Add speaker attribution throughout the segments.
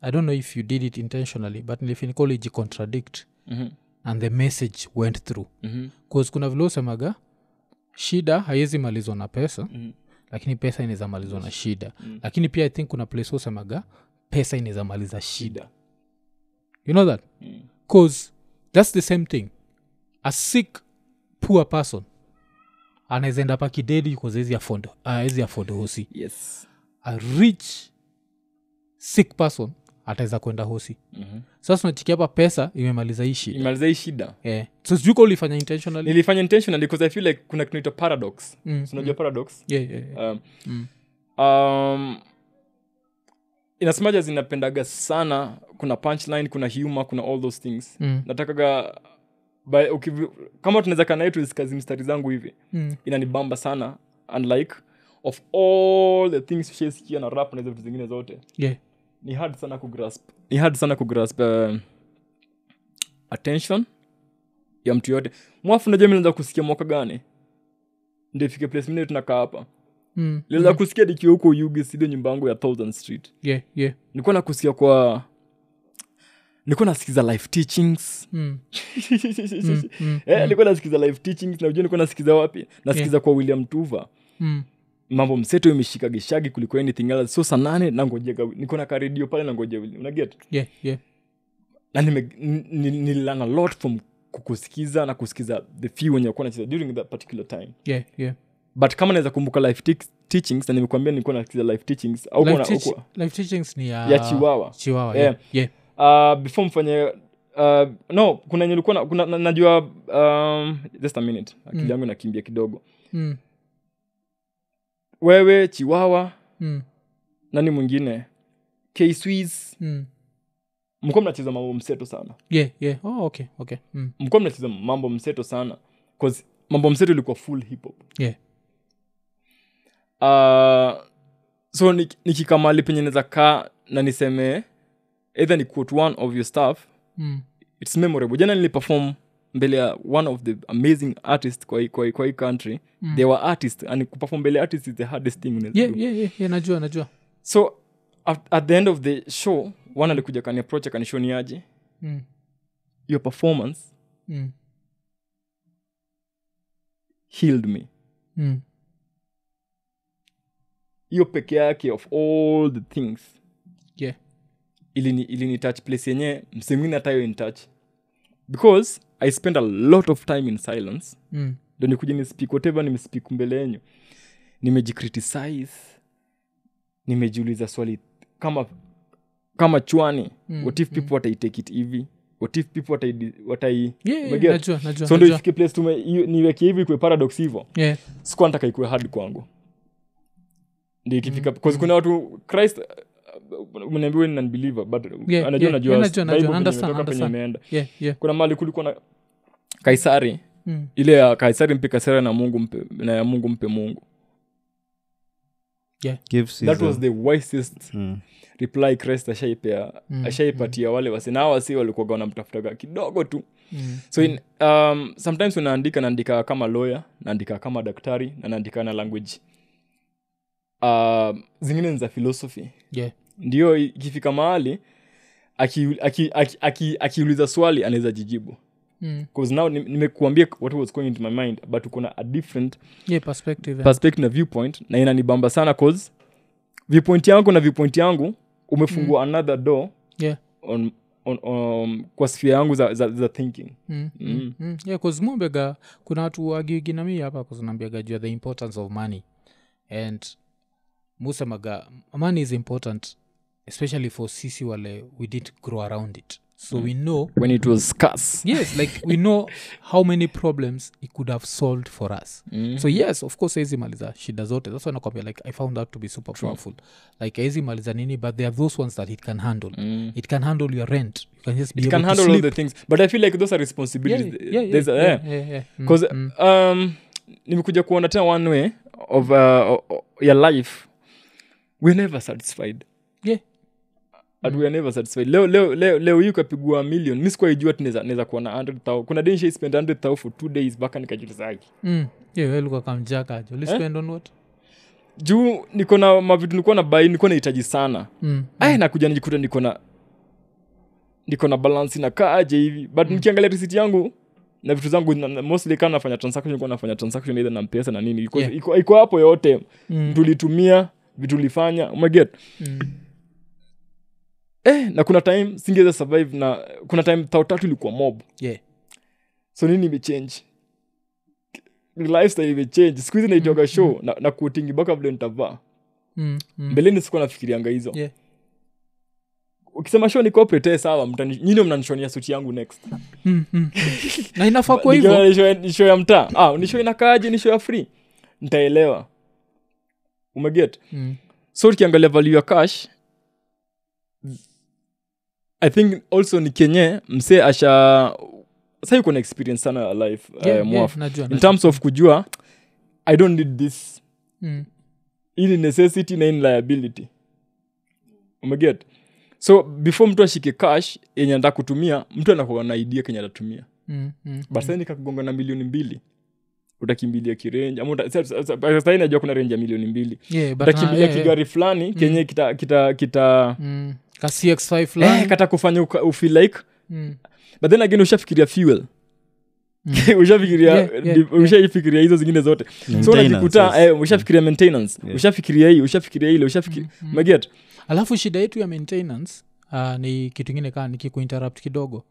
Speaker 1: i don't know if you did it intentionally but nilifinika ulijicontradict
Speaker 2: Mhm.
Speaker 1: and the message went through
Speaker 2: Mhm.
Speaker 1: bcause kuna vile usemaga shida haiwezi malizwa na pesa
Speaker 2: Mhm.
Speaker 1: lakini pesa inaweza malizwa na shida mm. lakini pia i think kuna place usemaga pesa inaweza maliza shida you know that
Speaker 2: Mm.
Speaker 1: bcause that's the same thing a sick poor person anaweza enda pakidedi kuzezi afond awezi afond hosi
Speaker 2: yes
Speaker 1: a rich sick person ataweza kwenda hosi
Speaker 2: Mhm.
Speaker 1: sasa unachikia hapa pesa imemaliza hii shida
Speaker 2: imaliza hii shida
Speaker 1: yeah. so sijui ka ulifanya intentionally
Speaker 2: nilifanya intentionally because i feel like kuna kinaitwa paradox
Speaker 1: Mm,
Speaker 2: So unajua paradox
Speaker 1: yeah, yeah, yeah. Mm.
Speaker 2: um, um, inasemaja zinapendaga sana kuna punchline kuna humor kuna all those things
Speaker 1: Mm,
Speaker 2: natakaga by, ukivi, kama tunaweza kaa naye tuskazi mstari zangu hivi
Speaker 1: mm,
Speaker 2: inanibamba sana and like of all the things ushaisikia na rap na hizo vitu zingine zote
Speaker 1: yeah.
Speaker 2: ni hard sana kugrasp ni hard sana kugrasp um, attention ya mtu yote mwafu najua minaanza kusikia mwaka gani ndio ifike place mine tunakaa hapa
Speaker 1: Mm,
Speaker 2: nilianza kusikia nikiwa huko yugi sido nyumba yangu ya thousand street
Speaker 1: yeah, yeah.
Speaker 2: nilikuwa nakusikia kwa nilikuwa nasikiza life teachings
Speaker 1: Mm, mm, mm,
Speaker 2: Eh, nilikuwa nasikiza life teachings na ujua nilikuwa nasikiza wapi nasikiza kwa william tuva
Speaker 1: mm,
Speaker 2: mambo mseto imeshika gishagi kuliko anything else so saa nane nangojea gawi- niko na karedio pale nangoja unaget
Speaker 1: yeah, yeah.
Speaker 2: na nime- n- ni- nililearn a lot from kukusikiza na kusikiza the few wenye wakuwa nacheza during that particular time
Speaker 1: Yeah, yeah.
Speaker 2: but kama naweza kumbuka life teach- teachings na nimekuambia nilikuwa nasikiza life teachings au
Speaker 1: Life Ah.
Speaker 2: kuna-
Speaker 1: teach-
Speaker 2: hukuwa-
Speaker 1: life teachings ni ya,
Speaker 2: ya Eh. chiwawa
Speaker 1: chiwawa
Speaker 2: Yeah.
Speaker 1: yeah. Yeah.
Speaker 2: uh, before mfanye uh, no kuna yenye ulikuwa na, kuna, na, najua um, just a minute akili
Speaker 1: Mm.
Speaker 2: yangu inakimbia kidogo
Speaker 1: Mm,
Speaker 2: wewe chiwawa
Speaker 1: mm,
Speaker 2: nani mwingine ksws
Speaker 1: mm.
Speaker 2: mlikuwa mnacheza mambo mseto sana
Speaker 1: Yeah, yeah. Oh, okay, okay. Mm,
Speaker 2: mlikuwa mnacheza mambo mseto sana 'cause mambo mseto ilikuwa full hip hop
Speaker 1: yeah.
Speaker 2: uh, so nik- nikikamali penye naweza kaa na niseme either ni quote one of your stuff
Speaker 1: Mm,
Speaker 2: its memorable jana niliperform mbele ya one of the amazing artist kwa hii- kwa hii- kwa hii country mm. they were artist and kuperform mbele ya artist is the hardest thing unaweza
Speaker 1: yeah,
Speaker 2: do.
Speaker 1: yeah, yeah, yeah, najua najua
Speaker 2: so at, at the end of the show one alikuja kaniaproach akanishow ni aje
Speaker 1: mm,
Speaker 2: your performance
Speaker 1: mm,
Speaker 2: healed me
Speaker 1: mm,
Speaker 2: hiyo peke yake of all the things
Speaker 1: yeah.
Speaker 2: ilini ilini touch place yenye msingine hata hiyo intouch because i spend a lot of time in silence
Speaker 1: Mm,
Speaker 2: ndo nikuja nispeak whatever nimespeak mbele yenyu nimejicriticize nimejiuliza swali kama kama chwani
Speaker 1: Mm,
Speaker 2: mm, what if people mm. wataitake it hivi what if people watai, watai
Speaker 1: yeah, yeah,
Speaker 2: Umeget?
Speaker 1: najua najua
Speaker 2: so ndo
Speaker 1: najua.
Speaker 2: ifike place tume hiyo- niweke hivi ikue paradox hivo
Speaker 1: Yeah,
Speaker 2: sikuwa nataka ikue hard kwangu ndio ikifika mm. kuna watu christ uh, mnaambiwa ni unbeliever but
Speaker 1: Yeah,
Speaker 2: anajua
Speaker 1: yeah,
Speaker 2: najua
Speaker 1: yeah, najua,
Speaker 2: Bible
Speaker 1: najua.
Speaker 2: penye
Speaker 1: Understand,
Speaker 2: imetoka, penye
Speaker 1: understand.
Speaker 2: imeenda
Speaker 1: yeah, yeah.
Speaker 2: kuna mali kulikuwa na kaisari
Speaker 1: Mm,
Speaker 2: ile ya kaisari mpe kaisari na mungu mpe, na ya mungu mpe mungu
Speaker 3: Give
Speaker 2: that
Speaker 3: Caesar.
Speaker 2: was the wisest
Speaker 3: Mm.
Speaker 2: reply christ ashaipea
Speaker 1: Mm,
Speaker 2: ashaipatia wale wase na wasi walikuwaga wanamtafutaga kidogo tu
Speaker 1: mm,
Speaker 2: so in, um, sometimes unaandika naandika kama lawyer naandika kama daktari na naandika na language uh, zingine ni za philosophy
Speaker 1: yeah.
Speaker 2: ndio ikifika mahali akiuliza aki, aki, aki, akiuliza swali anaweza jijibu
Speaker 1: Mm,
Speaker 2: bcause now nim- nimekuambia what was going into my mind but uko na a different
Speaker 1: yeah, perspective, yeah.
Speaker 2: perspective na viewpoint na inanibamba sana cause viewpoint yangu na viewpoint yangu umefungua mm. another door
Speaker 1: Yeah.
Speaker 2: on, on, um, kwa sphere yangu za, za, za thinking
Speaker 1: Mm,
Speaker 2: Mm.
Speaker 1: mm, yeah, 'cause mumbega kuna watu wagiginami hapa kuzinambiaga juu ya the importance of money and musemaga money is important especially for sisi wale we didn't grow around it so we
Speaker 2: Mm.
Speaker 1: know
Speaker 2: when it was scarce
Speaker 1: yes like we know how many problems it could have solved for us
Speaker 2: mm.
Speaker 1: so yes of course haizi maliza shida zote that's why nakwambia like i found out to be super powerful like haizi maliza nini but there are those ones that it can handle
Speaker 2: Mm.
Speaker 1: it can handle your rent you can just be
Speaker 2: it
Speaker 1: able
Speaker 2: can
Speaker 1: to
Speaker 2: handle all
Speaker 1: sleep.
Speaker 2: the things but i feel like those are
Speaker 1: yeah,
Speaker 2: responsibilities
Speaker 1: yeah, yeah,
Speaker 2: There's a-
Speaker 1: yeah,
Speaker 2: yeah.
Speaker 1: yeah, yeah. Mm,
Speaker 2: 'Cause,
Speaker 1: mm,
Speaker 2: um, nimekuja kuona tena one way of uh, o- o- ya life we're never satisfied
Speaker 1: yeah. Mm.
Speaker 2: But we are never satisfied leo leo leo, leo hii ukapigua million mi sikuwaijua tunaweza kuwa na 100000 kuna denshi spend 100000 for two days mpaka nikajulisaki
Speaker 1: Mm. Yeah, well, look, I'm Jack, Ajo. Let's
Speaker 2: Eh?
Speaker 1: spend on what?
Speaker 2: juu niko na mavitu nilikuwa na bai nilikuwa nahitaji sana
Speaker 1: Mm.
Speaker 2: aya Eh, nakuja nijikuta niko na niko na balance inakaaje hivi
Speaker 1: Mm.
Speaker 2: but nikiangalia risiti yangu na vitu zangu na- na- mostly kaa nafanya transaction kwa nafanya transaction either na mpesa na nini iko,
Speaker 1: Yeah.
Speaker 2: iko, iko hapo yote
Speaker 1: Mm.
Speaker 2: tulitumia vitu ulifanya umeget
Speaker 1: Mm.
Speaker 2: eh, na kuna time singeweza survive na kuna time tao tatu ilikuwa mob
Speaker 1: Yeah.
Speaker 2: so nini imechange lifestyle imechange siku hizi naitwaga show na, na kutingi baka vile nitavaa
Speaker 1: Mm. Mm.
Speaker 2: mbeleni sikuwa nafikirianga hizo
Speaker 1: Yeah.
Speaker 2: ukisema show ni corporate eh, sawa mtani- nyinyi mnanishonia suti yangu next
Speaker 1: Mm. Mm. na inafaa kuwa
Speaker 2: Nikiona
Speaker 1: hivyo
Speaker 2: ni show ya- ni show ya mtaa ah, ni show inakaaje ni show ya free nitaelewa umeget
Speaker 1: Mm.
Speaker 2: so ukiangalia value ya cash i think also ni kenye msee asha sa yuko na experience sana ya life eh,
Speaker 1: Yeah, yeah,
Speaker 2: Mwaf.
Speaker 1: najua,
Speaker 2: in
Speaker 1: najua.
Speaker 2: terms of kujua i don't need this
Speaker 1: Mm.
Speaker 2: hii ni necessity na hii ni liability umeget so before mtu ashike cash yenye anataka kutumia mtu anakuwa na idea kenye atatumia
Speaker 1: Mm. Mm.
Speaker 2: but mm. nikakugonga na milioni mbili utakimbilia kirenji ama uta- sa- sa- sa- sahii najua kuna renji ya milioni mbili
Speaker 1: Yeah, but eh, na-
Speaker 2: utakimbilia
Speaker 1: yeah, yeah.
Speaker 2: kigari fulani kenye kita kita kita
Speaker 1: Mm. ka cx5
Speaker 2: eh,
Speaker 1: fulani
Speaker 2: kata kufanya uka- ufeel like
Speaker 1: Mm.
Speaker 2: but then again ushafikiria fuel ushafikiria
Speaker 1: Yeah, yeah,
Speaker 2: di- ushafikiria hizo zingine zote so
Speaker 3: Maintenance,
Speaker 2: unajikuta
Speaker 3: yes.
Speaker 2: eh, ushafikiria maintenance
Speaker 3: Yeah.
Speaker 2: ushafikiria hii ushafikiria ile ushafikiria maget
Speaker 1: alafu shida yetu ya maintenance uh, ni kitu ingine kaa nikikuinterrupt kidogo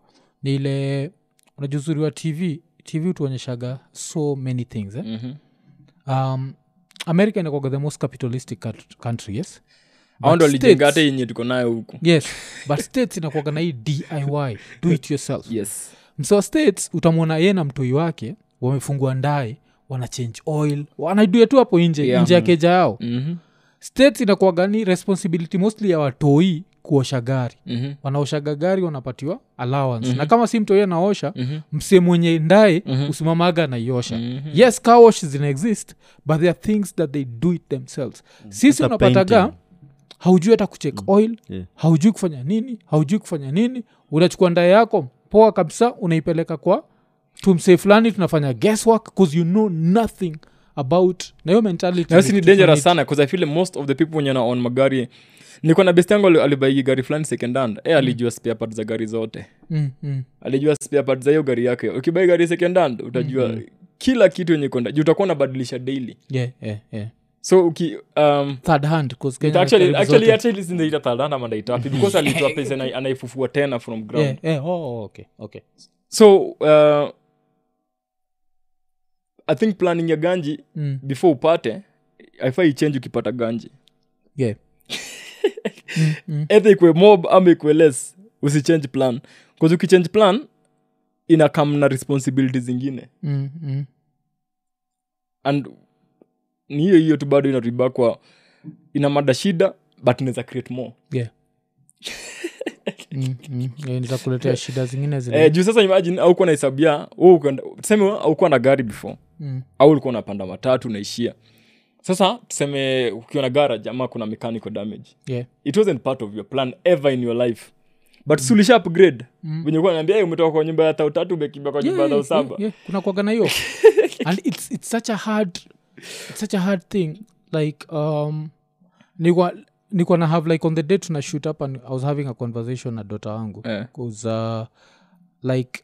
Speaker 1: ni ile unajua uzuri wa tv tv hutuonyeshaga so many things eh? um, america inakwaga the most capitalistic cut- country yes But
Speaker 2: au ndo
Speaker 1: states-
Speaker 2: alijenga hata yenye tuko nayo huku
Speaker 1: yes but states inakwaga na hii diy do it yourself
Speaker 2: yes
Speaker 1: mso wa states utamwona ye na mtoi wake wamefungua ndae wana change oil wanaidua tu hapo nje
Speaker 2: Yeah.
Speaker 1: nje ya keja yao
Speaker 2: Mhm,
Speaker 1: states inakuwaga ni responsibility mostly ya watoi kuosha gari
Speaker 2: mhm,
Speaker 1: wanaoshaga gari wanapatiwa allowance na kama si mtoi anaosha
Speaker 2: mhm,
Speaker 1: mse mwenye ndae
Speaker 2: Mhm.
Speaker 1: usimamaga anaiosha
Speaker 2: mhm.
Speaker 1: yes car wash zina exist but there are things that they do it themselves
Speaker 2: Mm.
Speaker 1: sisi
Speaker 3: Hata
Speaker 1: unapataga
Speaker 3: painting.
Speaker 1: haujui hata kucheck oil
Speaker 3: Yeah.
Speaker 1: haujui kufanya nini haujui kufanya nini unachukua ndae yako poa kabisa unaipeleka kwa tumsee fulani tunafanya guesswork bcause you know nothing about na hiyo mentality
Speaker 2: na si ni
Speaker 1: kitu
Speaker 2: dangerous
Speaker 1: fulani-
Speaker 2: sana bcause i feel most of the people wenye naon magari nilikuwa na best yangu ali- alibaigi gari fulani second hand e alijua spare part za gari zote
Speaker 1: Mm, mm,
Speaker 2: alijua spare part za hiyo gari yake ukibai gari second hand utajua kila kitu yenye konda juu utakuwa unabadilisha daily
Speaker 1: yeah, yeah, yeah.
Speaker 2: so uki um,
Speaker 1: third hand 'cause Kenya
Speaker 2: actually
Speaker 1: karibu
Speaker 2: actually
Speaker 1: zote-
Speaker 2: hata ile zinaita thalana mandaitapi because alitoa pesa anai- anaifufua tena from ground
Speaker 1: yeah, yeah, oh, oh, okay, okay.
Speaker 2: so uh, i think planning ya ganji
Speaker 1: Mm.
Speaker 2: before upate aifaa ichange ukipata ganji
Speaker 1: Yeah.
Speaker 2: edha ikwe mob ama ikwe less usichange plan bcause ukichange plan ina kam na responsibility zingine
Speaker 1: Mm, mm.
Speaker 2: and ni hiyo hiyo tu bado inatibakwa ina mada shida but inaweza create more
Speaker 1: Yeah. Mm, mm. Yeah, nitakuletea shida zingine zile
Speaker 2: eh, juu sasa imagine aukuwa na hesabu ya tuseme aukuwa na gari before
Speaker 1: Mm,
Speaker 2: au ulikuwa unapanda matatu unaishia sasa tuseme ukiwa na garage ama kuna mechanical damage
Speaker 1: yeah.
Speaker 2: it wasn't part of your plan ever in your life but mm. sulisha upgrade mm. venye kuwa naambia umetoka kwa nyumba ya tau tatu umekimbia kwa nyumba
Speaker 1: Yeah,
Speaker 2: ya tau
Speaker 1: yeah,
Speaker 2: saba
Speaker 1: yeah, yeah. kuna kuaga na hiyo and it's, it's such a hard it's such a hard thing like um nikwa nikwa na have like on the day tuna shoot up and i was having a conversation na dota wangu
Speaker 2: Eh.
Speaker 1: 'Cause, uh, like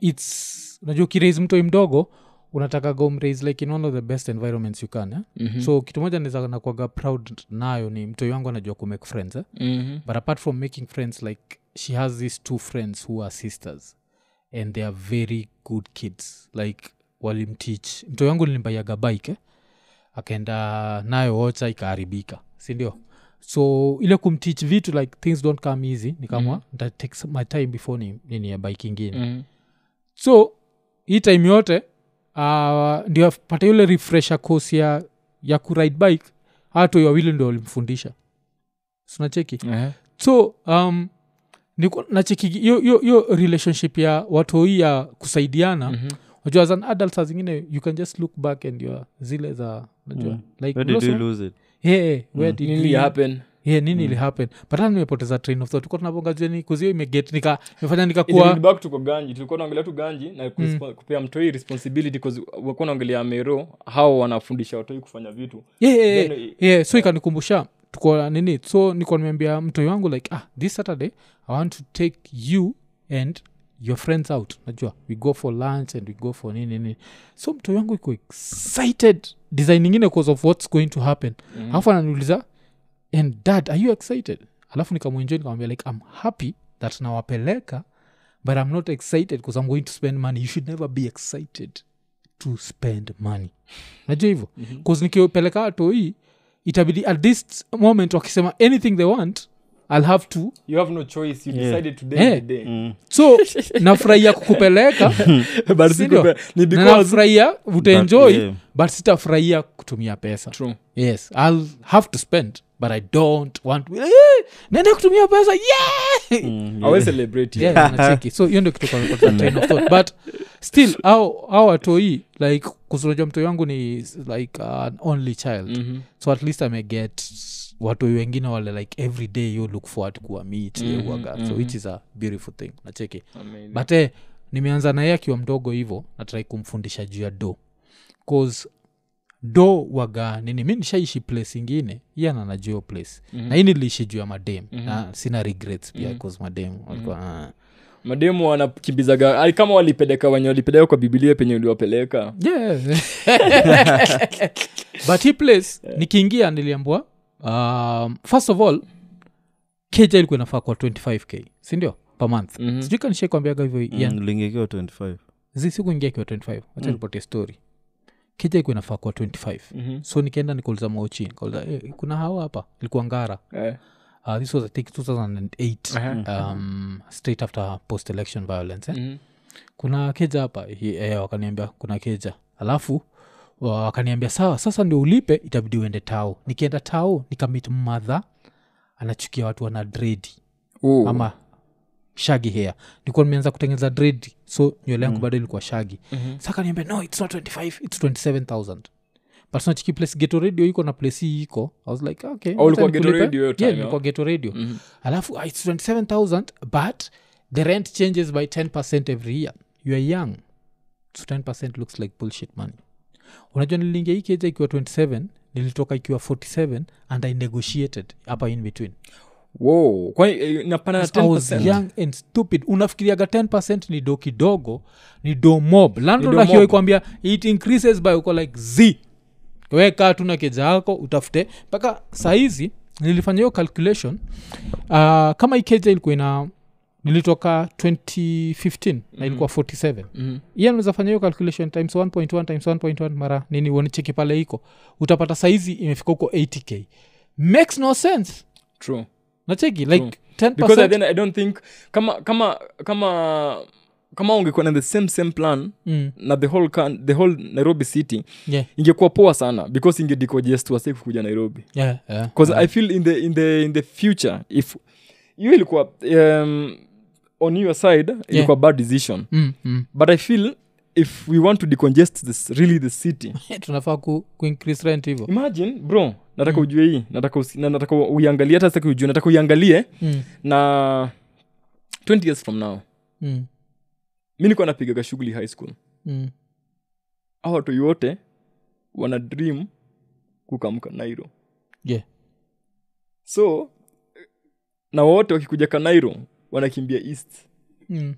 Speaker 1: its unajua ukiraise mtoi mdogo unataka go mraise like in one of the best environments you can eh? mm-hmm.
Speaker 2: Mhm.
Speaker 1: so kitu moja naweza nakwaga proud nayo ni mtoi wangu anajua kumake friends eh?
Speaker 2: Mhm.
Speaker 1: but apart from making friends like she has these two friends who are sisters and they are very good kids like walimteach mtoi wangu nilimbaiaga bike eh? akaenda nayo ocha ikaharibika sindio so ile kumteach vitu like things don't come easy nikamwa mm-hmm. ntatake some- my time before ni, nini ya bike ingine
Speaker 2: Mhm.
Speaker 1: so hii time yote uh, ndio apata yule refresher course ya, ya kuride bike hatoi wawili ndio walimfundisha sunacheki
Speaker 2: Ehe.
Speaker 1: so um, niku- nacheki hiyo- hiyo hiyo relationship ya watoi ya kusaidiana
Speaker 2: Mhm.
Speaker 1: unajua as an adult saa zingine you can just look back and your zile za unajua like
Speaker 3: Mm. Where did you
Speaker 1: unasema,
Speaker 3: lose Mm. it?
Speaker 1: "Hey, hey, where did
Speaker 2: Nini
Speaker 1: we-
Speaker 2: happen?
Speaker 1: yeah, nini ilihappen but hata nimepoteza train of thought tuko tunavongazia ni kuzio imeget nika imefanya
Speaker 2: Ilirudi
Speaker 1: nikakuwa
Speaker 2: back tuko ganji tulikuwa naongelea tu ganji
Speaker 1: Mm.
Speaker 2: na kuspo- kupea mtoi responsibility 'cause walikuwa naongelea mero hao wanafundisha watoi kufanya vitu
Speaker 1: yeah, yeah,
Speaker 2: Then,
Speaker 1: yeah. yeah, so ikanikumbusha tuko nini so niko nimeambia mtoi wangu like ah, this saturday i want to take you and your friends out najua we go for lunch and we go for nini nini so mtoi wangu iko excited design ingine cause of what's going to happen
Speaker 2: Mm.
Speaker 1: alafu ananiuliza and dad are you excited alafu nikamwenjoi nikamwambia like i'm happy that nawapeleka but i'm not excited because i'm going to spend money you should never be excited to spend money najua hivyo
Speaker 2: Mhm.
Speaker 1: bcause nikipeleka watoi itabidi at this moment wakisema anything they want i'll have to
Speaker 2: you have no choice you
Speaker 3: Yeah.
Speaker 2: decided today
Speaker 1: Eh.
Speaker 2: is the day.
Speaker 3: Mm.
Speaker 1: so nafurahia kukupeleka
Speaker 2: But
Speaker 1: Sindio?
Speaker 2: sikupe- ni
Speaker 1: na
Speaker 2: because
Speaker 1: nafurahia
Speaker 3: But,
Speaker 1: utaenjoy but,
Speaker 3: yeah.
Speaker 1: sitafurahia kutumia pesa
Speaker 2: True.
Speaker 1: yes i'll have to spend but i don't want Eh, naenda kutumia pesa yeah!
Speaker 3: Mm, yeah.
Speaker 2: I will celebrate you.
Speaker 1: Yeah, unacheki. so hiyo ndio kitu kwa- kwa train of thought. but still au au watoi like kusurajua mtoi wangu ni like an only child
Speaker 2: Mhm.
Speaker 1: so at least ameget watoi wengine wale like every day you look forward kuwa meet
Speaker 2: Mhm,
Speaker 1: uaga so
Speaker 2: mhm.
Speaker 1: which is a beautiful thing nacheki
Speaker 2: Amazing.
Speaker 1: but eh, nimeanza naye akiwa mdogo hivo natrai kumfundisha juu ya do cause do waga nini mi nishaishi place ingine yana najua hiyo place
Speaker 2: Mhm.
Speaker 1: na hii niliishi juu ya madem
Speaker 2: Mhm.
Speaker 1: na sina regrets pia
Speaker 2: Mhm.
Speaker 1: cause madem walikuwa ah.
Speaker 2: mademu wanakimbizaga ali- kama walipeleka wenye walipeleka kwa bibilia penye uliwapeleka
Speaker 1: Yeah. but hi place nikiingia niliambwa um, first of all keja ilikuwa inafaa kwa 25k sindio per month
Speaker 2: Mhm.
Speaker 1: sijui kanishai kuambiaga hivyo
Speaker 3: Mm,
Speaker 1: Ian.
Speaker 3: lingekiwa 25
Speaker 1: Zi- sikuingia ikiwa 25 wacha nipote story keja ilikuwa inafaa kuwa 25
Speaker 2: Mhm.
Speaker 1: so nikaenda nikauliza mauchi nikauliza eh, kuna hawa hapa ilikuwa ngara
Speaker 2: Eh.
Speaker 1: uh, this was i think 2008
Speaker 2: Aha.
Speaker 1: um, straight after post election violence eh?
Speaker 2: Mhm.
Speaker 1: kuna keja hapa Hi- eh, wakaniambia kuna keja alafu wa- wakaniambia sawa sasa ndio ulipe itabidi uende tao nikienda tao nikamit madha anachukia watu wana dredi
Speaker 2: Oh.
Speaker 1: ama shagi hea nilikuwa nimeanza kutengeneza dredi so nywele
Speaker 2: Mm.
Speaker 1: yangu bado ilikuwa shagi
Speaker 2: Mhm.
Speaker 1: sa kaniambia no its not 25 its 27000 but nachiki place geto radio iko na place hii iko i was like okay
Speaker 2: Oh, ulikuwa
Speaker 1: wacha
Speaker 2: Ghetto
Speaker 1: nikulipe.
Speaker 2: Radio hiyo
Speaker 1: Yeah,
Speaker 2: time,
Speaker 1: nilikuwa geto radio
Speaker 2: Mhm.
Speaker 1: alafu ah, its 27000 but the rent changes by 10 every year you are young so 10 looks like bullshit money unajua niliingia hii keja ikiwa 27 nilitoka ikiwa 47 and i negotiated hapa in between
Speaker 2: Wow. Kwa- eh, napana na
Speaker 1: I was
Speaker 2: 10%.
Speaker 1: young and stupid unafikiriaga 10 ni do kidogo ni do mob
Speaker 2: Ni do mob.
Speaker 1: landlordakiwaikwambia it increases by uko like z weka tuna keja yako utafute mpaka sahizi nilifanya hiyo calculation uh, kama ikeja ilikuwa ina nilitoka 2015 na ilikuwa 47
Speaker 2: Mhm.
Speaker 1: iye anaweza fanya hiyo calculation times 1.1 times 1.1 mara nini uonicheki pale iko utapata saizi imefika huko 80k makes no sense
Speaker 2: True.
Speaker 1: nacheki like
Speaker 2: Because
Speaker 1: 10
Speaker 2: then I don't think kama kama kama kama ungekuwa na the same same plan
Speaker 1: mm,
Speaker 2: na the whole, can, the whole nairobi city
Speaker 1: yeah,
Speaker 2: ingekuwa poa sana because ingedikojestiwase kukuja nairobi
Speaker 1: yeah, yeah.
Speaker 2: because i feel in the, in the, in the future if hiyo ilikuwa um, on your side ilikuwa bad decision
Speaker 1: Mm, mm.
Speaker 2: but i feel if we want to decongest this really the city
Speaker 1: tunafaa ku, ku increase rent hivo
Speaker 2: imagine bro nataka ujue hii nataka, usi- na nataka uiangalie hata sitaki ujue nataka uiangalie
Speaker 1: mm,
Speaker 2: na 20 years from now
Speaker 1: mm,
Speaker 2: mi nikuwa napigaga shughuli high school
Speaker 1: mm.
Speaker 2: au watu yote wana dream kukamka nairo
Speaker 1: Yeah.
Speaker 2: so na wote wakikuja kanairo wanakimbia east
Speaker 1: Mm.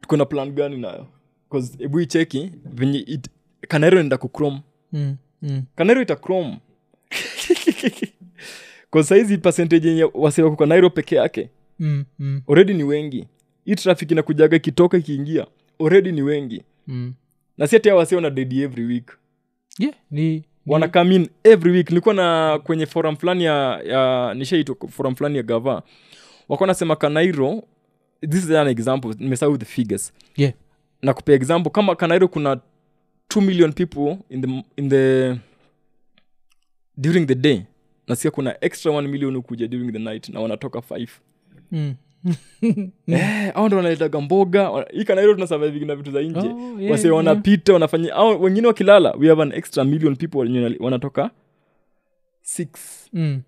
Speaker 2: tuko na plan gani nayo bcause hebu icheki venye it- kanairo inaenda kucrom
Speaker 1: Mm, mm.
Speaker 2: kanairo ita crom saizi percentage yenye wase wako kanairo peke yake
Speaker 1: Mm, mm,
Speaker 2: already ni wengi hii traffic inakujaga ikitoka ikiingia already ni wengi
Speaker 1: mm.
Speaker 2: na si hata wase wana dedi every week
Speaker 1: Yeah, ni
Speaker 2: wana come in every week nilikuwa na kwenye forum fulani ya, ya nishaitwa kwa forum fulani ya gava wako nasema kanairo this is an example nimesahau the figures
Speaker 1: Yeah.
Speaker 2: na kupea example kama kanairo kuna 2 million people in the, in the during the day na sia kuna extra 1 million hukuja during the night na wanatoka 5
Speaker 1: mm.
Speaker 2: eh, au ndo wanaletaga mboga wana- hii kanairo tunasurviving na vitu za nje
Speaker 1: Oh, yeah,
Speaker 2: wase
Speaker 1: yeah.
Speaker 2: wanapita wanafanya au wengine wakilala we have an extra million people wenye wana- wanatoka six
Speaker 1: Mm.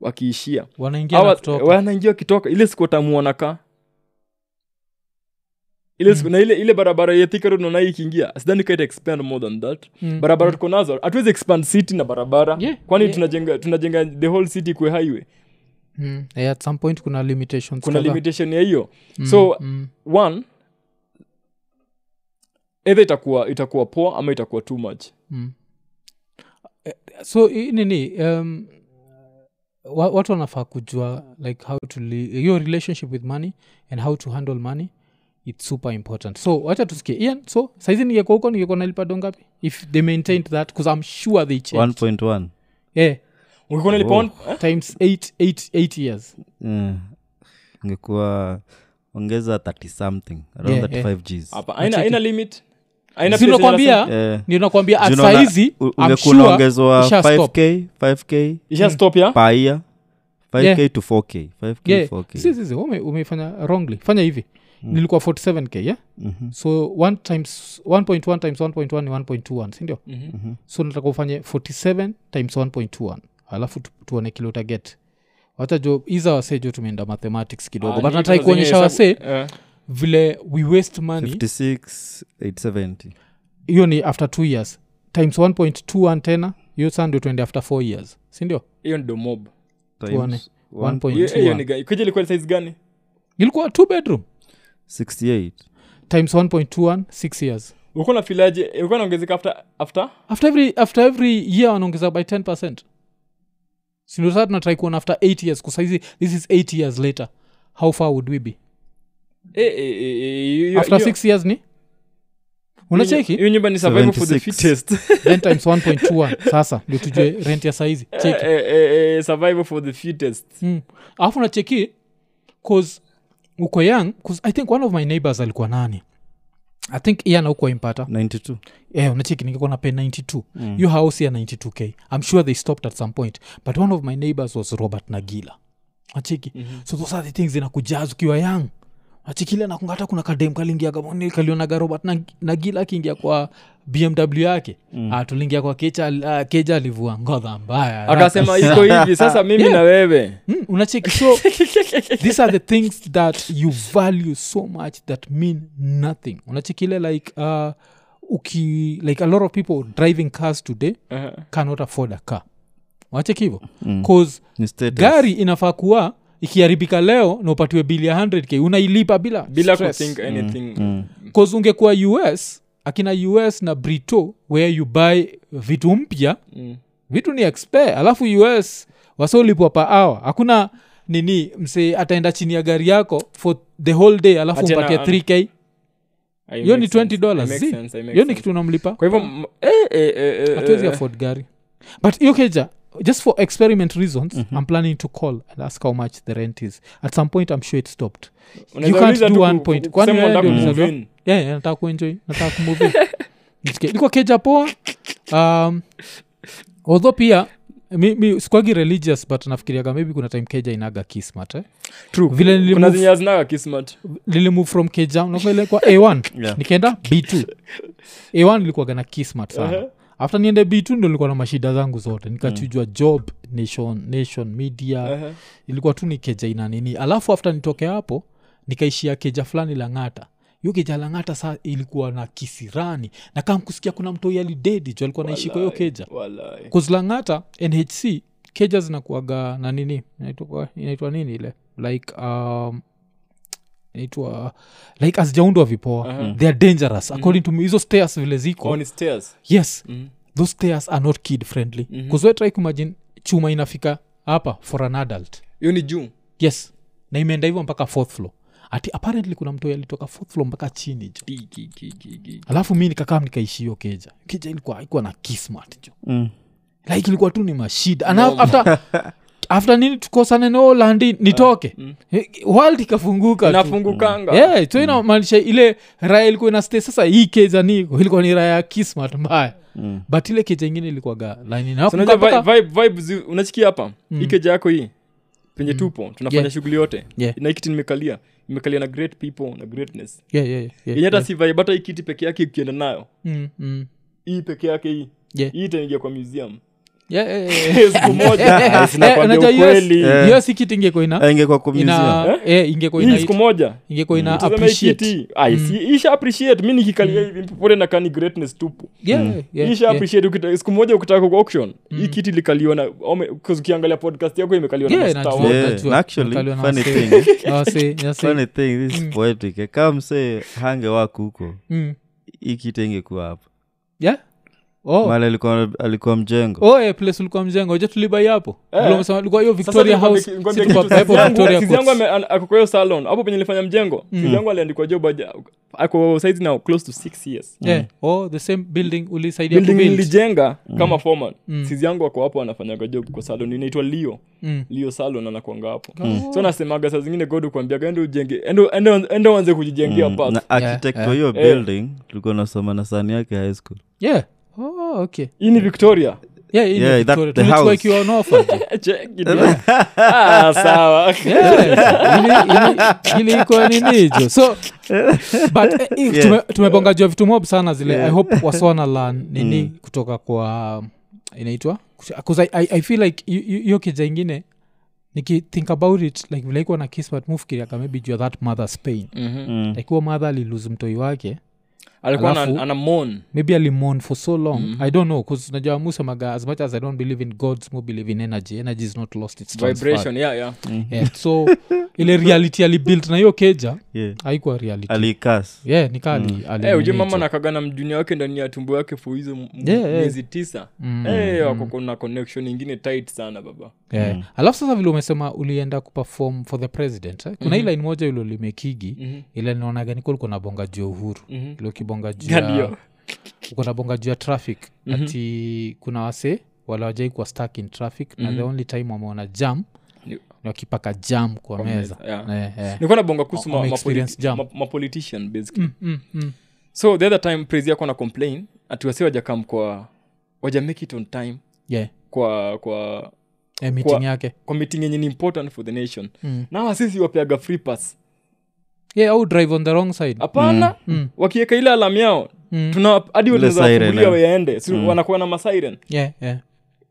Speaker 2: wakiishia
Speaker 1: wanaingia na
Speaker 2: Hawa-
Speaker 1: kutoka
Speaker 2: wanaingia wakitoka ile sikotamuonaka ile
Speaker 1: Mm.
Speaker 2: siku- na ile ile barabara ya Thika Road naona hii ikiingia sidhani kaita expand more than that
Speaker 1: Mm.
Speaker 2: barabara tuko nazo hatuwezi expand city na barabara
Speaker 1: Yeah,
Speaker 2: kwani
Speaker 1: yeah.
Speaker 2: tunajenga tunajenga the whole city kwe highway
Speaker 1: mm. Eh, at some point kuna limitations
Speaker 2: kuna
Speaker 1: kadhaa.
Speaker 2: limitation ya hiyo so
Speaker 1: mm.
Speaker 2: one either itakuwa itakuwa poa ama itakuwa too much
Speaker 1: Mm. Eh, so i- nini um, wa- watu wanafaa kujua like how to li- your relationship with money and how to handle money its super important so wacha tusikie ian so saizi ningekuwa huko ningekuwa nalipa dongapi if they maintained that bcause i'm sure they changed
Speaker 3: 1.1
Speaker 1: yeah,
Speaker 2: ukikuwa nalipa
Speaker 3: Oh.
Speaker 2: one- eh?
Speaker 1: times eight, eight, eight years
Speaker 3: Eh, ingekuwa ongeza 30 something around
Speaker 1: Yeah,
Speaker 3: 35 gs
Speaker 2: Hapa, haina haina limit haina
Speaker 1: Si
Speaker 2: place yenye
Speaker 1: nakwambia,
Speaker 2: inasema-
Speaker 3: Eh,
Speaker 1: ndio nakwambia at
Speaker 3: juu naona
Speaker 1: saizi
Speaker 3: u-
Speaker 1: I'm
Speaker 3: ungekuwa
Speaker 1: sure
Speaker 3: unaongezwa
Speaker 1: isha stop.
Speaker 3: 5k 5k
Speaker 2: isha stop ya
Speaker 3: paia 5k
Speaker 1: Yeah.
Speaker 3: to 4k 5k
Speaker 1: yeah.
Speaker 3: 4k
Speaker 1: si, si, si, ume, umeifanya wrongly fanya hivi mm. nilikuwa 47k yeah?
Speaker 3: Mhm.
Speaker 1: so one times 1.1 times 1.1 ni 1.21 sindio
Speaker 2: Mhm.
Speaker 1: so nataka ufanye 47 times 1.1 alafu tu, tuone kile utaget wacha jo iza wasee jo tumeenda mathematics kidogo
Speaker 2: Ah,
Speaker 1: but
Speaker 2: ni
Speaker 1: natai
Speaker 2: hizo zenye
Speaker 1: kuonyesha wasee
Speaker 2: hesabu- eh.
Speaker 1: vile we waste money
Speaker 3: 56 870
Speaker 1: hiyo ni after two years times 1.21 tena hiyo saa ndio tuende after four years sindio
Speaker 2: hiyo ndio mob
Speaker 1: Tuone.
Speaker 3: times one-
Speaker 1: 1.21
Speaker 2: kuja ilikuwa size gani
Speaker 1: ilikuwa two bedroom
Speaker 3: 68
Speaker 1: times 1.21 six years
Speaker 2: ulikuwa nafilaje ulikuwa naongezeka after after
Speaker 1: after every, after every year wanaongeza by 10 percent sindosaa tunatrai kuona after 8 years kusaizi this is 8 years later how far would we be
Speaker 2: eh, eh, eh, eh, hiyo-
Speaker 1: after
Speaker 2: hiyo-
Speaker 1: 6 years ni
Speaker 2: hiyo-
Speaker 1: unacheki
Speaker 2: hiyo nyumba ni survival for the
Speaker 3: 76.
Speaker 2: fittest
Speaker 1: then times 1.21 sasa ndio tujue rent ya saizi
Speaker 2: Eh,
Speaker 1: cheki
Speaker 2: eh, eh, eh, survival for the fittest
Speaker 1: Mm. alafu nacheki cause uko young cause i think one of my neighbors alikuwa nani i think iana huko impata
Speaker 3: 92
Speaker 1: eh, unacheki ningekuwa na pay 92 mm. yo house ya 92k i'm sure they stopped at some point but one of my neighbors was robert nagila nacheki mm-hmm. so those are the things inakujaz ukiwa young achikile nakungata hata kuna kadem kalingiaga mwani, kalionaga robert Nag- nagila akiingia kwa bmw yake mm. tuliingia kwa kecha uh, keja alivua ngodha mbaya
Speaker 2: akasema iko hivi sasa mimi na wewe
Speaker 1: mm, unacheki so these are the things that you value so much that mean nothing unachekile like uh, uki like a lot of people driving cars today
Speaker 2: Aha.
Speaker 1: cannot afford a car unacheki hivo bcause
Speaker 3: ni status.
Speaker 1: gari inafaa kuwa ikiharibika leo na upatiwe bili ya 100k unailipa bila
Speaker 2: bila
Speaker 1: stress. Mm,
Speaker 2: kuthink anything
Speaker 3: Mm.
Speaker 1: Cause ungekuwa us akina us na brito where you buy vitu mpya
Speaker 2: Mm.
Speaker 1: vitu ni expe alafu us wasolipwa pa hour hakuna nini mse ataenda chini ya gari yako for the whole day alafu
Speaker 2: Achana,
Speaker 1: mpatie
Speaker 2: um,
Speaker 1: 3k
Speaker 2: Ah, it
Speaker 1: hiyo ni
Speaker 2: makes sense.
Speaker 1: 20 dollars,
Speaker 2: It makes
Speaker 1: zi.
Speaker 2: sense, it makes
Speaker 1: hiyo ni
Speaker 2: sense.
Speaker 1: kitu namlipa
Speaker 2: kwa hivyo m- eh, eh, eh, eh,
Speaker 1: hatuwezi
Speaker 2: eh,
Speaker 1: afford gari but hiyo keja just for experiment reasons
Speaker 2: Mhm.
Speaker 1: i'm planning to call and ask how much the rent is at some point i'm sure it stopped
Speaker 2: unaweza
Speaker 1: you can't
Speaker 2: uliza
Speaker 1: do
Speaker 2: tu
Speaker 1: one
Speaker 2: ku-
Speaker 1: point.
Speaker 2: ku-
Speaker 1: Kwani
Speaker 2: kusema
Speaker 1: wewe
Speaker 2: unataka
Speaker 1: ndio
Speaker 2: kumove
Speaker 1: unaweza-
Speaker 2: in.
Speaker 1: yeah, yeah, nataka kuenjoy nataka kumove liko keja poa um, although pia mi, mi sikwagi religious but nafikiriaga maybe kuna time keja inaga kismat eh?
Speaker 2: True.
Speaker 1: Vile
Speaker 2: kuna
Speaker 1: nilimove-
Speaker 2: zenye hazinaga kismat
Speaker 1: nilimove from keja nakwele kwa a1
Speaker 3: Yeah.
Speaker 1: nikaenda b2 a1 ilikuwaga na kismat sana
Speaker 2: Aha.
Speaker 1: after niende b2 ndo nilikuwa na mashida zangu zote nikachujwa job nation, nation media
Speaker 2: Aha.
Speaker 1: ilikuwa tu ni keja ina nini alafu afte nitoke hapo nikaishia keja fulani langata hiyo keja langata saa ilikuwa na kisirani na kama kusikia kuna mtoi alidedi jo alikuwa naishi kwa hiyo
Speaker 2: Walai,
Speaker 1: keja
Speaker 2: walai.
Speaker 1: kuzlangata nhc keja zinakuaga na nini inaitwa inaitwa nini ile like um, inaitwa like azijaundwa vipoa
Speaker 2: Aha.
Speaker 1: they are dangerous according to me hizo stairs vile ziko
Speaker 2: On stairs.
Speaker 1: yes
Speaker 2: Mhm.
Speaker 1: those stairs are not kid friendly
Speaker 2: Mhm.
Speaker 1: kuzwetrai kumajin chuma inafika hapa for an adult
Speaker 2: hiyo ni juu
Speaker 1: yes na imeenda hivyo mpaka fourth floor ati apparently kuna mtu alitoka fourth floor mpaka chini jo
Speaker 2: Ki- ki- ki- ki- ki.
Speaker 1: alafu mi nikakaa nikaishi hiyo keja keja ilikuwa haikuwa na kismat jo
Speaker 3: Mm.
Speaker 1: like ilikuwa tu ni mashida and after, after nini tukosane no landi
Speaker 2: Ah.
Speaker 1: nitoke
Speaker 2: Mm.
Speaker 1: Eh, world ikafunguka tu.
Speaker 2: inafungukanga
Speaker 1: yeah, so inamaanisha ile raya ilikuwa ina stay sasa hii keja niko ilikuwa ni raya ya kismat mbaya
Speaker 3: Mm.
Speaker 1: but ile keja ingine ilikuwaga laini
Speaker 2: So unajua vi- vibe- vibe zi- unachikia hapa
Speaker 1: Mm.
Speaker 2: ikeja yako hii penye tupo tunafanya
Speaker 1: Yeah.
Speaker 2: shughuli yote
Speaker 1: Yeah.
Speaker 2: na hii kiti nimekalia nimekalia na great people na greatness yenye hata
Speaker 1: nakumbuka
Speaker 2: si vibe hata hii
Speaker 1: Mm,
Speaker 2: kiti peke yake ukienda nayo hii peke yake hii hii itaingia kwa museum
Speaker 1: Yeah, yeah, yeah, yeah.
Speaker 2: siku moja
Speaker 1: Eh,
Speaker 2: Ah, sinakwambia
Speaker 1: unajua hiyo-
Speaker 2: ukweli
Speaker 3: Eh.
Speaker 1: hiyo si kiti ingekuwa ina
Speaker 3: ingekwa Eh, kumizia
Speaker 1: ina eh, ingekuwa
Speaker 2: hii siku
Speaker 1: ina
Speaker 2: moja
Speaker 1: ingekuwa ina
Speaker 2: Tazama hii
Speaker 1: appreciate. Mm.
Speaker 2: kiti. Ah, isi- isha appreciate mi nikikalia hivi pote na kani greatness tupu
Speaker 1: Yeah, yeah,
Speaker 2: Mm. isha
Speaker 1: yeah. Mm.
Speaker 2: appreciate ukita- siku moja ukitaka kwa auction hii kiti ilikaliwa na ome- 'cause ukiangalia podcast yako imekaliwa na
Speaker 1: Yeah,
Speaker 2: mastaa
Speaker 1: najua.
Speaker 2: wote.
Speaker 1: Yeah. Unajua,
Speaker 3: actually
Speaker 1: nakaliwa na
Speaker 3: funny
Speaker 1: wasee.
Speaker 3: thing
Speaker 1: Na wasee, na wasee.
Speaker 3: funny thing this is poetic Eh, kama msee hange wako huko
Speaker 1: Mm.
Speaker 3: hii kitu ingekuwa hapa
Speaker 1: Yeah? Oh.
Speaker 3: mali alikuwa, alikuwa mjengo
Speaker 1: oh, eh, place ulikuwa mjengo je tulibai hapo
Speaker 2: Eh.
Speaker 1: Ulikuwa umesema, ulikuwa hiyo
Speaker 2: Sasa
Speaker 1: victoria
Speaker 2: nikuambie-
Speaker 1: house
Speaker 2: nikuambie
Speaker 1: si
Speaker 2: kitu.
Speaker 1: tukapaa hapo
Speaker 2: Sisi yangu-
Speaker 1: Victoria Mm.
Speaker 2: sisi yangu
Speaker 1: Courts.
Speaker 2: ame- an- ako kwa hiyo salon hapo penye nilifanya mjengo sisi yangu aliandikwa job haja- ako size now close to six years
Speaker 1: Yeah. Oh, the same building ulisaidia
Speaker 2: Mm. building
Speaker 1: kubuild.
Speaker 2: nilijenga kama foreman
Speaker 1: Mm.
Speaker 2: sizi yangu ako hapo anafanyaga job kwa salon inaitwa lio
Speaker 1: Mm.
Speaker 2: lio salon anakwanga hapo so nasemaga saa zingine god kuambiaga ende ujenge ende- ende- ende wanze kujijengea
Speaker 3: Mm,
Speaker 2: path.
Speaker 3: na architect
Speaker 1: Yeah,
Speaker 3: wa hiyo
Speaker 2: Eh.
Speaker 3: building tulikuwa nasoma na sani yake high school
Speaker 1: Yeah. Oh, okay.
Speaker 2: hii ni victoria
Speaker 1: Yeah, hii ni
Speaker 3: Yeah, that-
Speaker 1: Victoria.
Speaker 3: the
Speaker 1: Tulichukua
Speaker 3: house.
Speaker 1: ikiwa on offer, je.
Speaker 2: Eh, check it out. Ah, sawa
Speaker 1: Yeah, ili- ili- ilikuwa ninijo so but eh, eh, tume- tumeponga jua vitu mob sana zile i hope wasona lan nini kutoka kwa um, inaitwa 'Cause I, I, i feel like hi- hi- hiyo kija ingine nikithink about it like vile ikuwa na kismat mufikiriaka maybe jua that mother's pain
Speaker 3: mm.
Speaker 1: like huo mother aliluse mtoi wake
Speaker 2: Mhm. alikuwa ana-
Speaker 1: Alafu-
Speaker 2: ana mourn.
Speaker 1: maybe alimon for so long mm-hmm. i don't know bcause najua musemaga as much as i don't believe in gods mo believe in energy energy is not lost its transferred.
Speaker 2: vibration yeah, yeah.
Speaker 1: yeah, so ile reality alibuilt na hiyo keja
Speaker 3: yeah.
Speaker 1: haikuwa reality
Speaker 3: alikas
Speaker 1: yeah ni kali ali-
Speaker 2: Eh, ujue mama
Speaker 1: alinenature.
Speaker 2: nakaga na mjuni wake ndani ya tumbo yake for hizo m-
Speaker 1: Yeah, yeah.
Speaker 2: miezi tisa
Speaker 1: Mm,
Speaker 2: Eh, wako kuna connection ingine tight sana baba
Speaker 1: yeah. alafu sasa vile umesema ulienda kuperform for the president eh? kuna mm-hmm. line moja ilo limekigi
Speaker 2: Mhm.
Speaker 1: ile nionaga niko likuwa nabonga juu ya uhuru
Speaker 2: Mhm.
Speaker 1: ilo kibonga juu
Speaker 2: Gani
Speaker 1: ya
Speaker 2: hiyo?
Speaker 1: uko nabonga juu ya traffic ati kuna wase wala wajai kuwa stuck in traffic na the only time wameona jam
Speaker 2: Ni-
Speaker 1: ni wakipaka jam kwa, meza,
Speaker 2: meza, yeah.
Speaker 1: Eh, eh.
Speaker 2: nilikuwa nabonga kuhusu
Speaker 1: Wame
Speaker 2: ma-
Speaker 1: experience
Speaker 2: mapoliti-
Speaker 1: jam.
Speaker 2: ma- mapolitician basically
Speaker 1: Mm, mm.
Speaker 2: so the other time praise yako na complain ati wasi wajakam kwa waja make it on time
Speaker 1: Yeah.
Speaker 2: kwa kwa
Speaker 1: Eh, meeting
Speaker 2: Kwa-
Speaker 1: yake
Speaker 2: kwa meeting yenye ni important for the nation
Speaker 1: Mm.
Speaker 2: na wasisi wapeaga free pass
Speaker 1: yeah, au drive on the wrong side
Speaker 2: hapana
Speaker 1: Mm.
Speaker 2: wakiweka ile alam yao
Speaker 1: Mm.
Speaker 2: tuna hadi
Speaker 3: Ile
Speaker 2: tunaweza
Speaker 3: siren,
Speaker 2: wafungulia
Speaker 3: eh.
Speaker 2: waende si wanakuwa na masiren
Speaker 1: yeah, yeah.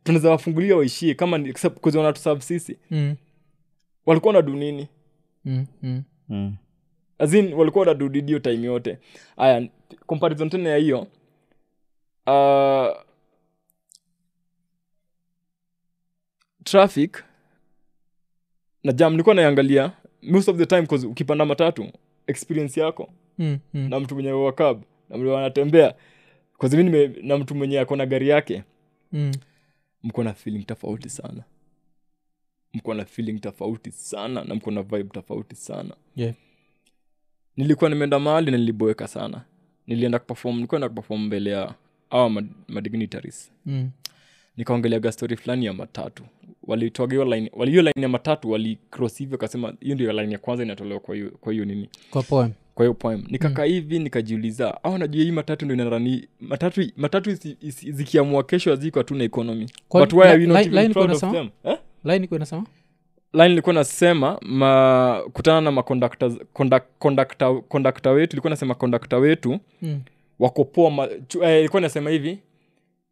Speaker 2: tunaweza wafungulia waishie kama ni- except 'cause wanatuserve sisi
Speaker 1: Mm.
Speaker 2: walikuwa na dunini
Speaker 1: Mm. Mm.
Speaker 3: mm.
Speaker 2: azin walikuwa wanadudid hiyo time yote aya comparison tena ya hiyo uh, traffic na jam nilikuwa naiangalia most of the time 'cause ukipanda matatu experience yako
Speaker 1: Mm. Mm.
Speaker 2: na mtu mwenye wakab na mwenye wanatembea kazimi nime na mtu mwenye ako na gari yake
Speaker 1: Mm.
Speaker 2: mko na feeling tofauti sana mko na feeling tofauti sana na mko na vibe tofauti sana
Speaker 1: Yeah.
Speaker 2: nilikuwa nimeenda mahali na niliboeka sana nilienda kuperform nilikuwa na kuperform mbele ya awa mad- madignitaries
Speaker 1: Mm.
Speaker 2: nikaongeleaga story fulani ya matatu walitoaga hiyo line wali hiyo line ya matatu walicross hivyo akasema hiyo ndio line ya kwanza inatolewa kwa hiyo kwa hiyo nini
Speaker 1: kwa poem
Speaker 2: kwa hiyo poem
Speaker 1: Mm.
Speaker 2: nikakaa hivi nikajiuliza au najua hii matatu ndo inarani matatu matatu isi- isi- zikiamua kesho haziko tu na economy
Speaker 1: Kwa-
Speaker 2: but why are we
Speaker 1: li-
Speaker 2: not
Speaker 1: li- line
Speaker 2: even proud of
Speaker 1: kuna
Speaker 2: them eh?
Speaker 1: line iko inasema
Speaker 2: line ilikuwa nasema ma, kutana na makondakta kondak- kondakta kondakta wetu ilikuwa nasema kondakta wetu
Speaker 1: mm.
Speaker 2: wakopoa ma- chu- eh, ilikuwa nasema hivi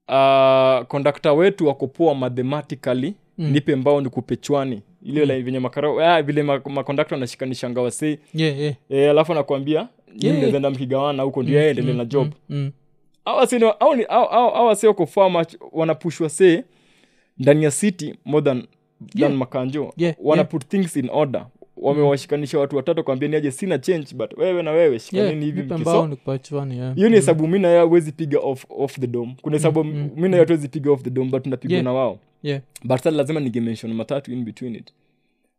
Speaker 2: ah, kondakta wetu wakopoa mathematically
Speaker 1: Mm.
Speaker 2: nipe mbao nikupe chwani ile mm. venye makara ah, vile mak- makondakta wanashikanishanga wasei
Speaker 1: yeah, yeah.
Speaker 2: Eh, alafu anakwambia
Speaker 1: Yeah. Mm-hmm.
Speaker 2: naenda mkigawana huko ndio aendelee na job
Speaker 1: Mm.
Speaker 2: awasi wako far much wanapushwa see ndani ya city more than, than
Speaker 1: Yeah.
Speaker 2: makanjo
Speaker 1: Yeah,
Speaker 2: wana
Speaker 1: yeah.
Speaker 2: put things in order wamewashikanisha watu watatu kwambia ni aje sina change but wewe na wewe
Speaker 1: Yeah,
Speaker 2: shikanini
Speaker 1: nipe
Speaker 2: hivi
Speaker 1: Mm-hmm.
Speaker 2: mkiso-
Speaker 1: mbao nikupachuani, yeah.
Speaker 2: hiyo ni hesabu mi nayo huwezi piga off, off the dom kuna hesabu
Speaker 1: Mm, mm,
Speaker 2: mi nayo hatuwezi piga off the dom but tunapigwa
Speaker 1: Yeah.
Speaker 2: na wao
Speaker 1: Yeah.
Speaker 2: but sasa lazima ningemention matatu in between it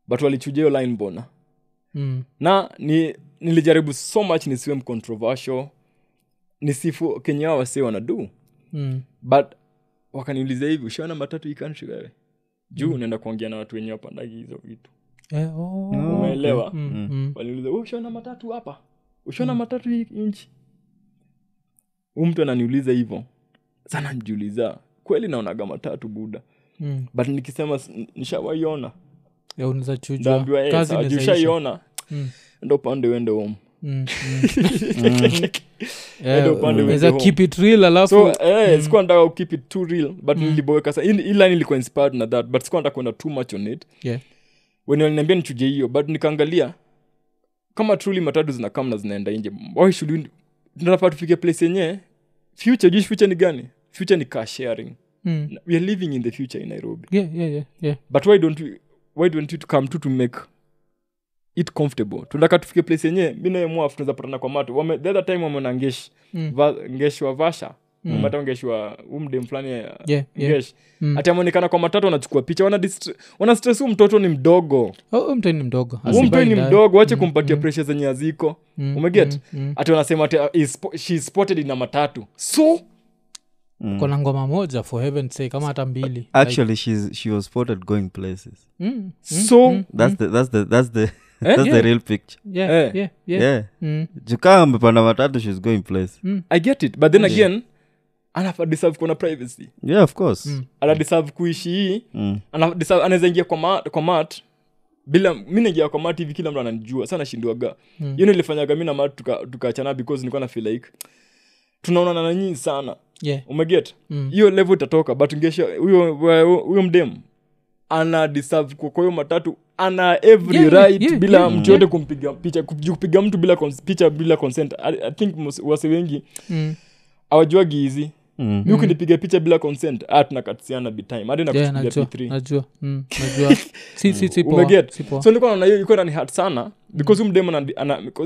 Speaker 2: but walichuja hiyo line bona
Speaker 1: Mm.
Speaker 2: na ni, nilijaribu so much nisiwe mcontroversial nisifu kenya hao wase wanadu
Speaker 1: Mm.
Speaker 2: but wakaniuliza hivi ushaona matatu hii country wewe juu
Speaker 1: Mm.
Speaker 2: unaenda kuongea na watu wenye wapandagi hizo vitu
Speaker 1: Yeah, oh.
Speaker 3: No. Okay.
Speaker 2: umeelewa
Speaker 1: Mm,
Speaker 3: Mm.
Speaker 1: mm.
Speaker 2: waliuliza "Wewe ushaona matatu hapa ushaona matatu hii nchi huu mtu ananiuliza hivyo sana njiuliza kweli naonaga matatu buda
Speaker 1: Mm.
Speaker 2: but nikisema s- n- nishawaiona
Speaker 1: Yeah, unaweza chujwa.
Speaker 2: ndaambiwa
Speaker 1: Kazi
Speaker 2: "Eh, sawa, juu
Speaker 1: inawezaisha.
Speaker 2: ushaiona
Speaker 1: Mm.
Speaker 2: ndo pande uende home
Speaker 1: Mm, mm.
Speaker 2: Ende
Speaker 1: Eh,
Speaker 2: Yaani upande uende
Speaker 1: unaweza
Speaker 2: home.
Speaker 1: keep it real
Speaker 2: so
Speaker 1: alafu
Speaker 2: eh, sikuwa nataka keep it too real but
Speaker 1: Mm.
Speaker 2: niliboeka sa ila nilikuwa inspired na that but sikuwa nataka kwenda too much on it
Speaker 1: Yeah.
Speaker 2: wenye waliniambia nichuje hiyo but nikaangalia kama truly matatu zinakam na zinaenda nje why should we tunafaa tufike place yenye future juish future ni gani future ni car sharing
Speaker 1: mm.
Speaker 2: we are living in the future in nairobi
Speaker 1: yeah, yeah, yeah, yeah.
Speaker 2: but why don't we, why don't we come to to make it comfortable tunataka tufike place yenye mi naemwaf tunaweza patana kwa mato wame, the other time wameona ngesh
Speaker 1: Mm.
Speaker 2: va, ngesh wa vasha
Speaker 1: Mm.
Speaker 2: mm. hata ngesh wa umdem fulani ya-
Speaker 1: Yeah, yeah.
Speaker 2: ngesh
Speaker 1: Mm.
Speaker 2: ati ameonekana kwa matatu wanachukua picha wana, dist- wana stress huu mtoto ni mdogo
Speaker 1: Oh, huyu mtoi ni mdogo
Speaker 2: huu mtoi ni
Speaker 1: Asibai
Speaker 2: mdogo wache
Speaker 1: Mm,
Speaker 2: kumpatia
Speaker 1: mm,
Speaker 2: presha zenye aziko
Speaker 1: mm,
Speaker 2: umeget?
Speaker 1: mm, mm.
Speaker 2: ati wanasema ati uh, is spo- she is spotted na matatu so
Speaker 1: Mm. kona ngoma moja for heaven say kama hata mbili
Speaker 3: Mm. actually she's, she was spotted going places
Speaker 1: like, mm, mm,
Speaker 2: So-
Speaker 1: mm,
Speaker 3: that's the that's the that's the
Speaker 2: Eh?
Speaker 3: that's
Speaker 1: Yeah.
Speaker 3: the real picture
Speaker 1: yeah,
Speaker 2: Eh.
Speaker 1: yeah, yeah.
Speaker 3: yeah,
Speaker 1: Mm,
Speaker 3: jukaa amepanda matatu she's going place
Speaker 2: i get it but then again anafaa deserve kuona privacy
Speaker 3: yeah of course
Speaker 1: Mm.
Speaker 2: ana deserve kuishi hii
Speaker 3: Mm.
Speaker 2: Ana- desa- anaweza ingia kwa mat, kwa mat bila mi naingia kwa mat hivi kila mtu ananijua sana shinduaga
Speaker 1: Mm.
Speaker 2: hiyo nilifanyaga mi na mat tukaachana tuka tukaachana because nilikuwa na feel like tunaonana na nyinyi sana
Speaker 1: yeah,
Speaker 2: umeget
Speaker 1: Mm.
Speaker 2: hiyo level itatoka but ngesha huyo huyo- huyo mdem ana deserve kwa kwa hiyo matatu ana every
Speaker 1: Yeah, yeah,
Speaker 2: right
Speaker 1: yeah,
Speaker 2: bila
Speaker 1: yeah,
Speaker 2: mtu yote kumpiga picha kup- ju- kupiga mtu bila cons- picha bila consent i, I think mos- wase wengi
Speaker 1: mm.
Speaker 2: awajuagi hizi
Speaker 3: Mm.
Speaker 2: mi ukinipiga picha bila consent ah, tunakatisiana bitime hadi
Speaker 1: Hmm. Yeah,
Speaker 2: nakupiga
Speaker 1: najua
Speaker 2: p3
Speaker 1: najua mm, najua si si si poa
Speaker 2: Umeget?
Speaker 1: si poa
Speaker 2: so nilikuwa naona hiyo ilikuwa inanihat sana because mm. mdema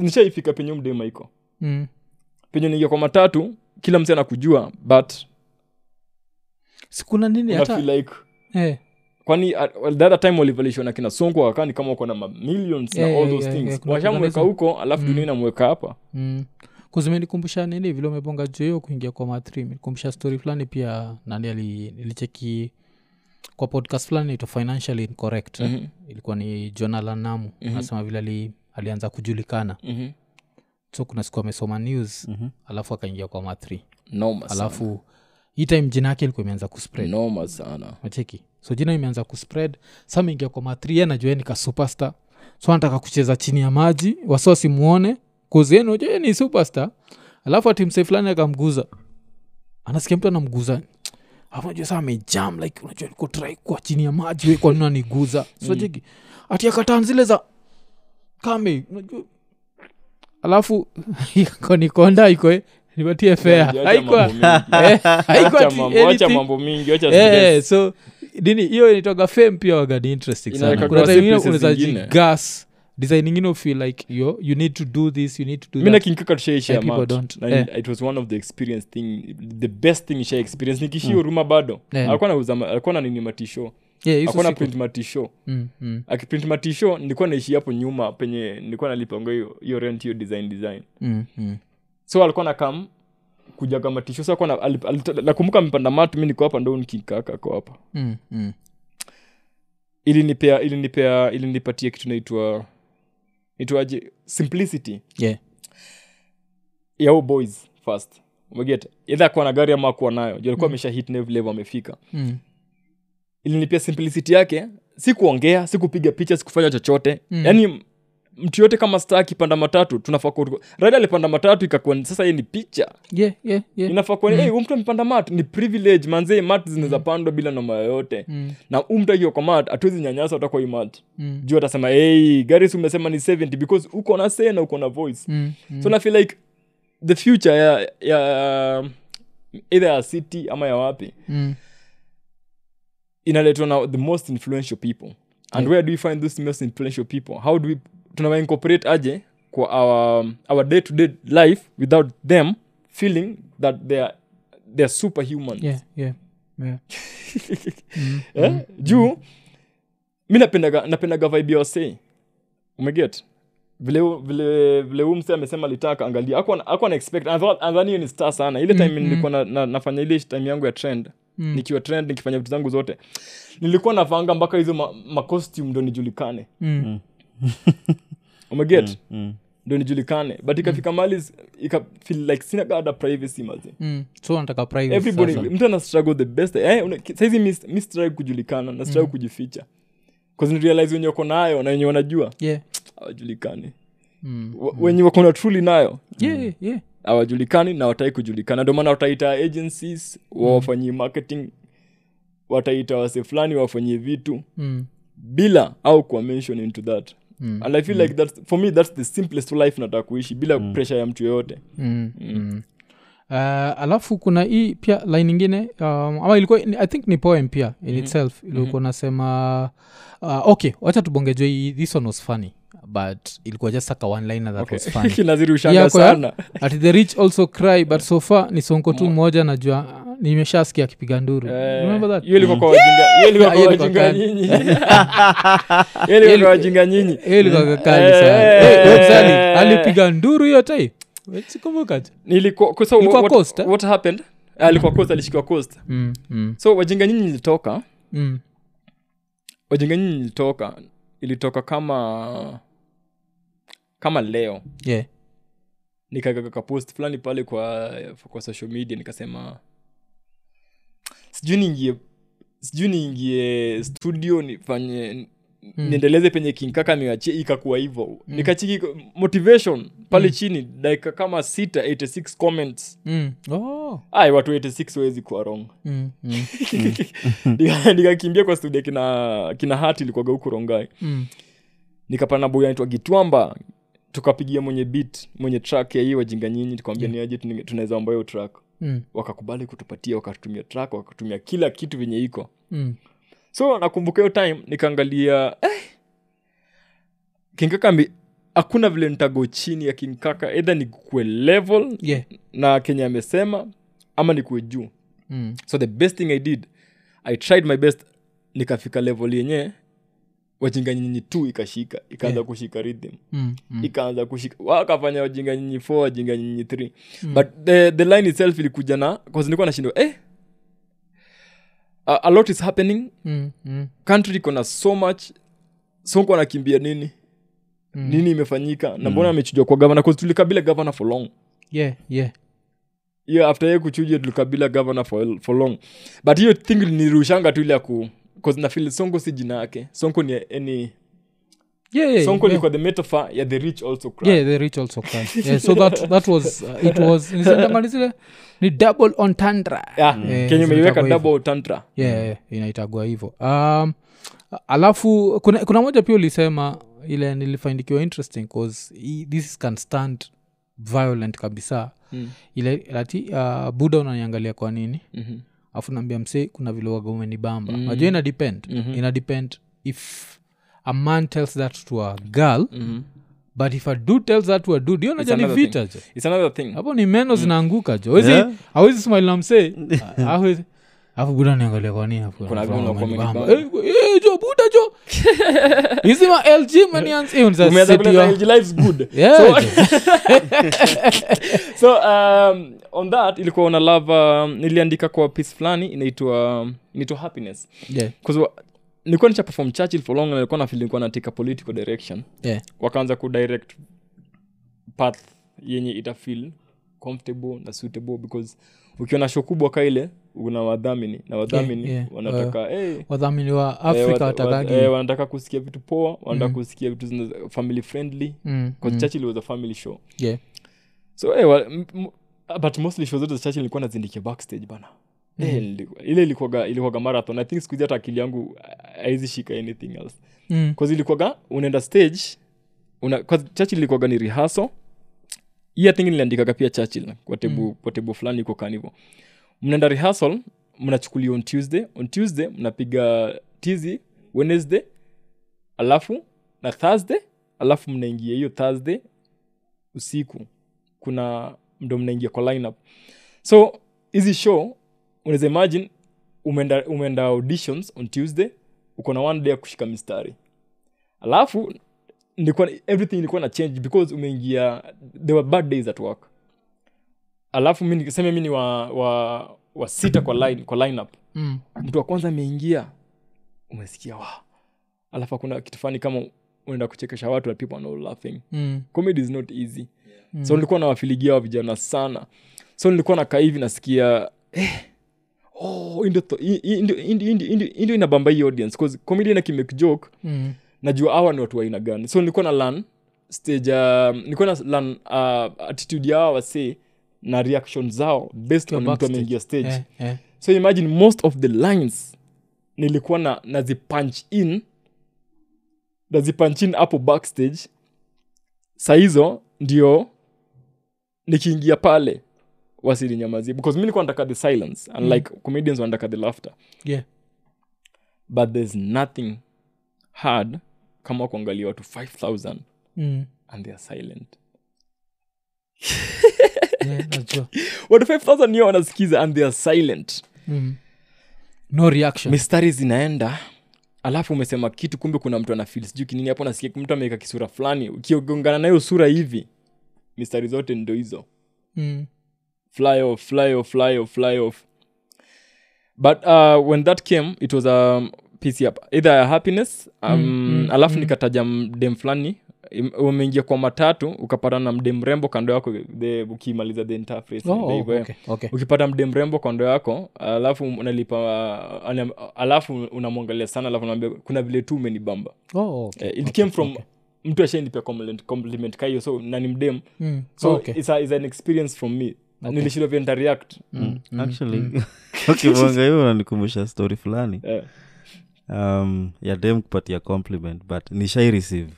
Speaker 2: nishaifika penye huyu mdema iko
Speaker 1: mm.
Speaker 2: penye niingia kwa matatu kila mtu anakujua but
Speaker 1: sikuna nini
Speaker 2: yeah,
Speaker 1: Yaani hata
Speaker 2: like
Speaker 1: eh,
Speaker 2: kwani uh, well, the other time walivalishwa na kina sonko wakani kama wako na mamillions na
Speaker 1: Yeah,
Speaker 2: all
Speaker 1: yeah,
Speaker 2: those
Speaker 1: yeah,
Speaker 2: things
Speaker 1: yeah, kuna
Speaker 2: washamweka
Speaker 1: kuganism.
Speaker 2: huko alafu dunia inamweka hapa
Speaker 1: mm. kuzimenikumbusha nini vile umebonga juu hiyo kuingia kwa matri menikumbusha story fulani pia nani ali- nilicheki kwa podcast fulani naitwa financially incorrect eh?
Speaker 2: Mhm,
Speaker 1: ilikuwa ni jonala namu
Speaker 2: Mhm.
Speaker 1: anasema vile ali, alianza kujulikana
Speaker 2: mhm.
Speaker 1: so kuna siku amesoma news
Speaker 3: Mhm.
Speaker 1: alafu akaingia kwa matri
Speaker 2: noma sana.
Speaker 1: alafu hii time jina yake ilikuwa imeanza kuspread
Speaker 2: noma sana
Speaker 1: nacheki so jina imeanza kuspread sa ameingia kwa matri najueni ka superstar so anataka kucheza chini ya maji wasi wasimuone kuzienu je ni superstar alafu atimse fulani akamguza anasikia mtu anamguza Alafu unajua saa amejam like unajua niko try kuwa chini ya maji we kwanini aniguza
Speaker 2: Mm.
Speaker 1: sicheki ati akataa zile za kame unajua alafu iko nikonda iko eh, nipatie fea
Speaker 2: Acha
Speaker 1: haiko
Speaker 2: mambo mingi.
Speaker 1: eh, haiko
Speaker 2: Acha
Speaker 1: ati
Speaker 2: mambo- acha
Speaker 1: anything
Speaker 2: mambo mingi acha
Speaker 1: Eh,
Speaker 2: stress.
Speaker 1: so nini hiyo initoga fame pia wagani interesting sana
Speaker 2: Inaweka
Speaker 1: kuna
Speaker 2: kwa
Speaker 1: time ingine
Speaker 2: surprises
Speaker 1: unaweza
Speaker 2: zingine.
Speaker 1: jigas design ingine ufeel like yo you need to do this you need to do
Speaker 2: mi
Speaker 1: that
Speaker 2: nakinkakatushaishia
Speaker 1: And people don't. Eh.
Speaker 2: it was one of the experience thing the best thing sha experience nikishio ruma bado
Speaker 1: Eh.
Speaker 2: alikuwa nauza ma- alikuwa na nini matisho
Speaker 1: yeah, hizo
Speaker 2: alikuwa na
Speaker 1: siku.
Speaker 2: print matisho
Speaker 1: Mm, mm,
Speaker 2: akiprint matisho nilikuwa naishi hapo nyuma penye nilikuwa nalipanga hiyo hiyo rent hiyo design design
Speaker 1: mm, mm.
Speaker 2: so alikuwa na kam kujaga matisho so alikuwa na- alip- alit- nakumbuka mpanda matu mi niko hapa ndo nikikaka ko hapa
Speaker 1: Mm, mm.
Speaker 2: ilinipea ilinipea ilinipatia kitu naitwa naitwaje simplicity
Speaker 1: Yeah.
Speaker 2: yao boys first umeget edha kuwa na gari ama akuwa nayo juu alikuwa amesha hit nave level amefika
Speaker 1: Mm,
Speaker 2: ilinipia simplicity yake si kuongea si kupiga picha si kufanya chochote
Speaker 1: Mm.
Speaker 2: yaani mtu yote kama sta akipanda matatu tunafaa ku- raila alipanda matatu ikakuwa ni- sasa ye ni picha
Speaker 1: yeah, yeah, yeah.
Speaker 2: inafaa kuwa mm. hey, mtu amepanda mat ni privilege manzee mat zinaweza pandwa bila noma yoyote
Speaker 1: Mm,
Speaker 2: na umtu akiwa kwa mat hatuwezi nyanyasa utakuwa imat
Speaker 1: mm,
Speaker 2: juu atasema hey, gari si umesema ni 70 because uko na say na uko na voice
Speaker 1: mm, mm.
Speaker 2: so na feel like the future ya, ya um, either ya city ama ya wapi
Speaker 1: Mm,
Speaker 2: inaletwa na the most influential people and
Speaker 1: Yeah.
Speaker 2: where do we find those most influential people how do we tunawa incorporate aje kwa our, um, our day to day life without them feeling that they are, they are superhuman
Speaker 1: yeah, yeah, yeah. Mm,
Speaker 2: eh?
Speaker 1: mm.
Speaker 2: juu mi napendaga napendaga vibe ya wasee umeget vile vile vile huyu msee amesema litaka angalia Hakuwa- hakuwa na expect Anadha- anadhani hiyo ni star sana ile time
Speaker 1: Mm,
Speaker 2: nilikuwa na, na, nafanya ile time yangu ya trend
Speaker 1: Mm.
Speaker 2: nikiwa trend nikifanya vitu zangu zote nilikuwa navanga mpaka hizo ma, ma costume ndo nijulikane
Speaker 1: Mm,
Speaker 2: umeget
Speaker 3: Mm.
Speaker 2: ndo nijulikane but ikafika mali ika feel like sina gada privacy mazi
Speaker 1: mm. so anataka privacy
Speaker 2: everybody
Speaker 1: sasa.
Speaker 2: mtu ana struggle the best eh, una- ki- saizi mi- mi struggle kujulikana na
Speaker 1: Mm.
Speaker 2: struggle kujificha 'Cause ni realize wenye uko nayo na wenye wanajua
Speaker 1: Yeah.
Speaker 2: hawajulikani
Speaker 1: mm.
Speaker 2: w- wenye wakona truly nayo
Speaker 1: yeah, yeah.
Speaker 2: hawajulikani na watai kujulikana ndio maana wataita agencies wawafanyie
Speaker 1: Mm.
Speaker 2: marketing wataita wase fulani wafanyie vitu
Speaker 1: Mm.
Speaker 2: bila au kuwa mention into that
Speaker 1: Mm.
Speaker 2: and i feel like that's, for me that's the simplest life nataka kuishi bila pressure ya mtu yoyote
Speaker 1: Mm, mm. Uh, alafu kuna hii pia line ingine um, ama ilikuwa ni- i think ni poem pia in itself ilikuwa nasema uh, okay wacha tubongejwe hii this one was funny but ilikuwa just aka one liner that was funny
Speaker 2: kinaziri ushanga
Speaker 1: Yeah, kwa-
Speaker 2: sana
Speaker 1: at the rich also cry but so far ni sonko tu moja najua nimeshasikia akipiga nduru
Speaker 2: Eh,
Speaker 1: remember that
Speaker 2: hiyo ilikuwa kwa wajinga- hiyo ilikuwa
Speaker 1: Yeah,
Speaker 2: kwa
Speaker 1: hiyo
Speaker 2: wajinga
Speaker 1: ilikuwa
Speaker 2: nyinyi Hiyo ilikuwa kwa wajinga nyinyi
Speaker 1: Hiyo ilikuwa kakali
Speaker 2: Eh.
Speaker 1: sana Eh, eh, msali, alipiga nduru hiyo tai sikumbukaje
Speaker 2: Nilikuwa- kwa sababu
Speaker 1: Ilikuwa
Speaker 2: what-
Speaker 1: Coast, eh?
Speaker 2: what happened Ah, alikuwa coast alishikiwa coast
Speaker 1: mm, mm,
Speaker 2: so wajinga nyinyi ilitoka
Speaker 1: mm.
Speaker 2: wajinga nyinyi ilitoka ilitoka kama kama leo
Speaker 1: yeah
Speaker 2: nikakakapost fulani pale kwa kwa social media nikasema sijui niingie sijui niingie studio nifanye
Speaker 1: Mm.
Speaker 2: niendeleze penye kinkaka niachie ikakuwa hivo nikachiki motivation pale chini dakika kama sita 86 comments
Speaker 1: mm. oh.
Speaker 2: ai watu 86 wawezi kuwa wrong
Speaker 1: mm, mm,
Speaker 2: Nika- nikakimbia kwa studio kina kina hati ilikuwaga huku rongai
Speaker 1: mm.
Speaker 2: nikapana boy anaitwa gitwamba tukapigia mwenye beat mwenye track ya hii wajinga nyinyi tukamwambia ni aje tuni- tunaweza ambayo track
Speaker 1: Mm,
Speaker 2: wakakubali kutupatia wakatutumia track wakatumia kila kitu venye iko
Speaker 1: mm,
Speaker 2: so nakumbuka hiyo time nikaangalia eh, kinkaka ambi- hakuna vile nitago chini ya kinkaka edha nikue level
Speaker 1: yeah,
Speaker 2: na kenye amesema ama nikue juu
Speaker 1: mm,
Speaker 2: so the best thing i did i tried my best nikafika level yenye wajinga nyinyi tu ikashika ikaanza
Speaker 1: Yeah.
Speaker 2: kushika rhythm
Speaker 1: mm, mm,
Speaker 2: ikaanza kushika wakafanya wajinga nyinyi f wajinga nyinyi th
Speaker 1: Mm.
Speaker 2: but the, the line itself ilikuja na cause nilikuwa nashindwa eh, a, a lot is happening
Speaker 1: mm, mm,
Speaker 2: country iko na so much sonko anakimbia nini
Speaker 1: Mm.
Speaker 2: nini imefanyika na mbona amechujwa kwa gavana cause tulikabila gavana for long
Speaker 1: yeah, yeah,
Speaker 2: hiyo after ye kuchuja tulikabila gavana for, for long but hiyo thing nirushanga tu ile ya ku cause nafeel sonko si jina yake sonko ni any
Speaker 1: yeah, yeah,
Speaker 2: sonko
Speaker 1: yeah.
Speaker 2: ni kwa the metaphor ya the rich also cry
Speaker 1: Yeah, the rich also cry. Yeah, so that, that was, uh, it was, nisema ni zile, ni double entendre.
Speaker 2: yeah.
Speaker 1: Eh,
Speaker 2: kenye umeiweka
Speaker 1: zinaitwa
Speaker 2: double tantra
Speaker 1: yeah, yeah, inaitagwa hivyo um, alafu kuna, kuna moja pia ulisema ile nilifindikiwa interesting cause hii- this can stand violent kabisa
Speaker 2: Mm.
Speaker 1: ile ati uh, buda unaniangalia kwa nini
Speaker 2: Mhm.
Speaker 1: afu naambia msee kuna vile waga umenibamba mm. najua ina depend mm-hmm. ina depend if a man tells that to a girl
Speaker 2: Mhm.
Speaker 1: but if a dude tells that to a dude hiyo naja ni
Speaker 2: another
Speaker 1: vita jo
Speaker 2: It's another thing. Mm.
Speaker 1: hapo ni meno zinaanguka jo Hawezi-
Speaker 3: Yeah.
Speaker 1: hawezi smile na msee hawezi- alafu buda niangalia kwani hapo
Speaker 2: Kuna
Speaker 1: alafu
Speaker 2: vile unakuwa
Speaker 1: amenibamba.
Speaker 2: umenibamba.
Speaker 1: Eh, eh, jo buda jo hizi ma lg manians eh, unaweza
Speaker 2: Umeanza
Speaker 1: sit your-
Speaker 2: kuleta LG life's good.
Speaker 1: Yeah,
Speaker 2: So-
Speaker 1: jo.
Speaker 2: so um, on that ilikuwa una love um, niliandika kwa piece fulani inaitwa um, inaitwa happiness
Speaker 1: Yeah,
Speaker 2: 'Cause wa- nilikuwa nicha perform churchill for long na nilikuwa na feel nilikuwa natika political direction
Speaker 1: yeah,
Speaker 2: wakaanza kudirect path yenye itafeel comfortable na suitable because ukiona show kubwa ka ile una wadhamini na wadhamini
Speaker 1: yeah.
Speaker 2: wanataka hey,
Speaker 1: wadhamini wa afrika
Speaker 2: eh, wat-
Speaker 1: watakagi
Speaker 2: wat- eh, wanataka kusikia vitu poa wanataka kusikia vitu zina- family friendly
Speaker 1: Mm,
Speaker 2: because
Speaker 1: mm,
Speaker 2: churchill was a family show
Speaker 1: yeah.
Speaker 2: so eh, wa, m, m, but mostly show zote za churchill nilikuwa nazindikia backstage bana Eh, nilikuwa- ile ilikuwaga ilikuwaga marathon i think sikuhizi hata akili yangu ah, haizi shika anything else
Speaker 1: Mm,
Speaker 2: bcause ilikuwaga unaenda stage una, cause churchill ilikuwaga ni rehaso hii athingi niliandikaga pia churchill kwa tebu, kwa tebu fulani iko kanivo mnaenda rehearsal mnachukulia on tuesday on tuesday mnapiga tizi wednesday alafu na thursday alafu mnaingia hiyo thursday usiku kuna ndo mnaingia kwa lineup so hizi show unaweza imagine umeenda, umeenda auditions on tuesday uko na one day ya kushika mistari alafu nilikuwa everything ilikuwa na change because umeingia there were bad days at work alafu mi nikiseme mi ni wa, wa, wa sita kwa line, kwa lineup
Speaker 1: mm,
Speaker 2: mtu wa kwanza ameingia umesikia wa alafu hakuna kitu fani kama unaenda kuchekesha watu and people are not laughing
Speaker 1: mm,
Speaker 2: comedy is not easy so nilikuwa nawafiligia wa vijana sana so nilikuwa nakaa hivi nasikia eh, oh, hii ndio tho- hii- hii ndio- hii ndio- hii ndio- hii ndio- hii ndio inabamba hii audience 'Cause comedy na kimake joke
Speaker 1: mm,
Speaker 2: najua hawa ni watu wa aina gani so nilikuwa na learn stage um, nilikuwa na learn uh, attitude yao wase na reaction zao based
Speaker 1: Ukiwa
Speaker 2: on mtu
Speaker 1: backstage.
Speaker 2: ameingia stage
Speaker 1: eh, eh.
Speaker 2: so imagine most of the lines nilikuwa na nazipunch in nazipunch in hapo backstage saa hizo ndio nikiingia pale wasilinyamazie because mi nilikuwa nataka the silence unlike
Speaker 1: Mm.
Speaker 2: comedians wanataka the laughter
Speaker 1: Yeah.
Speaker 2: but there's nothing hard kama kuangalia watu 5000
Speaker 1: Mm.
Speaker 2: and they are silent
Speaker 1: Yeah, najua.
Speaker 2: watu 5000 nio wanasikiza and they are silent
Speaker 1: Mm. no reaction
Speaker 2: mistari zinaenda alafu umesema kitu kumbe kuna mtu anafil sijuu kinini hapo nasikia mtu ameweka kisura fulani ukiogongana nayo sura hivi mistari zote ndo hizo
Speaker 1: mm.
Speaker 2: fly off fly off fly off fly off but uh, when that came it was a um, piece up either ya happiness um,
Speaker 1: Mm, mm,
Speaker 2: alafu
Speaker 1: mm.
Speaker 2: nikataja mdem fulani im- umeingia kwa matatu ukapata na mdem mrembo kando yako the, ukimaliza the entire phrase
Speaker 1: Oh,
Speaker 2: Ndio hivyo, eh
Speaker 1: okay, okay.
Speaker 2: ukipata mde mrembo kondo yako alafu unalipa uh, ana- alafu unamwangalia sana alafu unaambia kuna vile tu umenibamba
Speaker 1: Oh, okay,
Speaker 2: Eh, it
Speaker 1: okay,
Speaker 2: came from
Speaker 1: okay.
Speaker 2: mtu ashainipia compliment, compliment kahiyo so na ni mdem
Speaker 1: Mm.
Speaker 2: so
Speaker 1: Okay.
Speaker 2: it's, a, it's an experience from me okay. nilishindwa vile nitareact
Speaker 1: Mm, mm, mm.
Speaker 3: actually ukivonga hiyo unanikumbusha story fulani
Speaker 2: Eh,
Speaker 3: um, ya dem kupatia compliment but nishai receive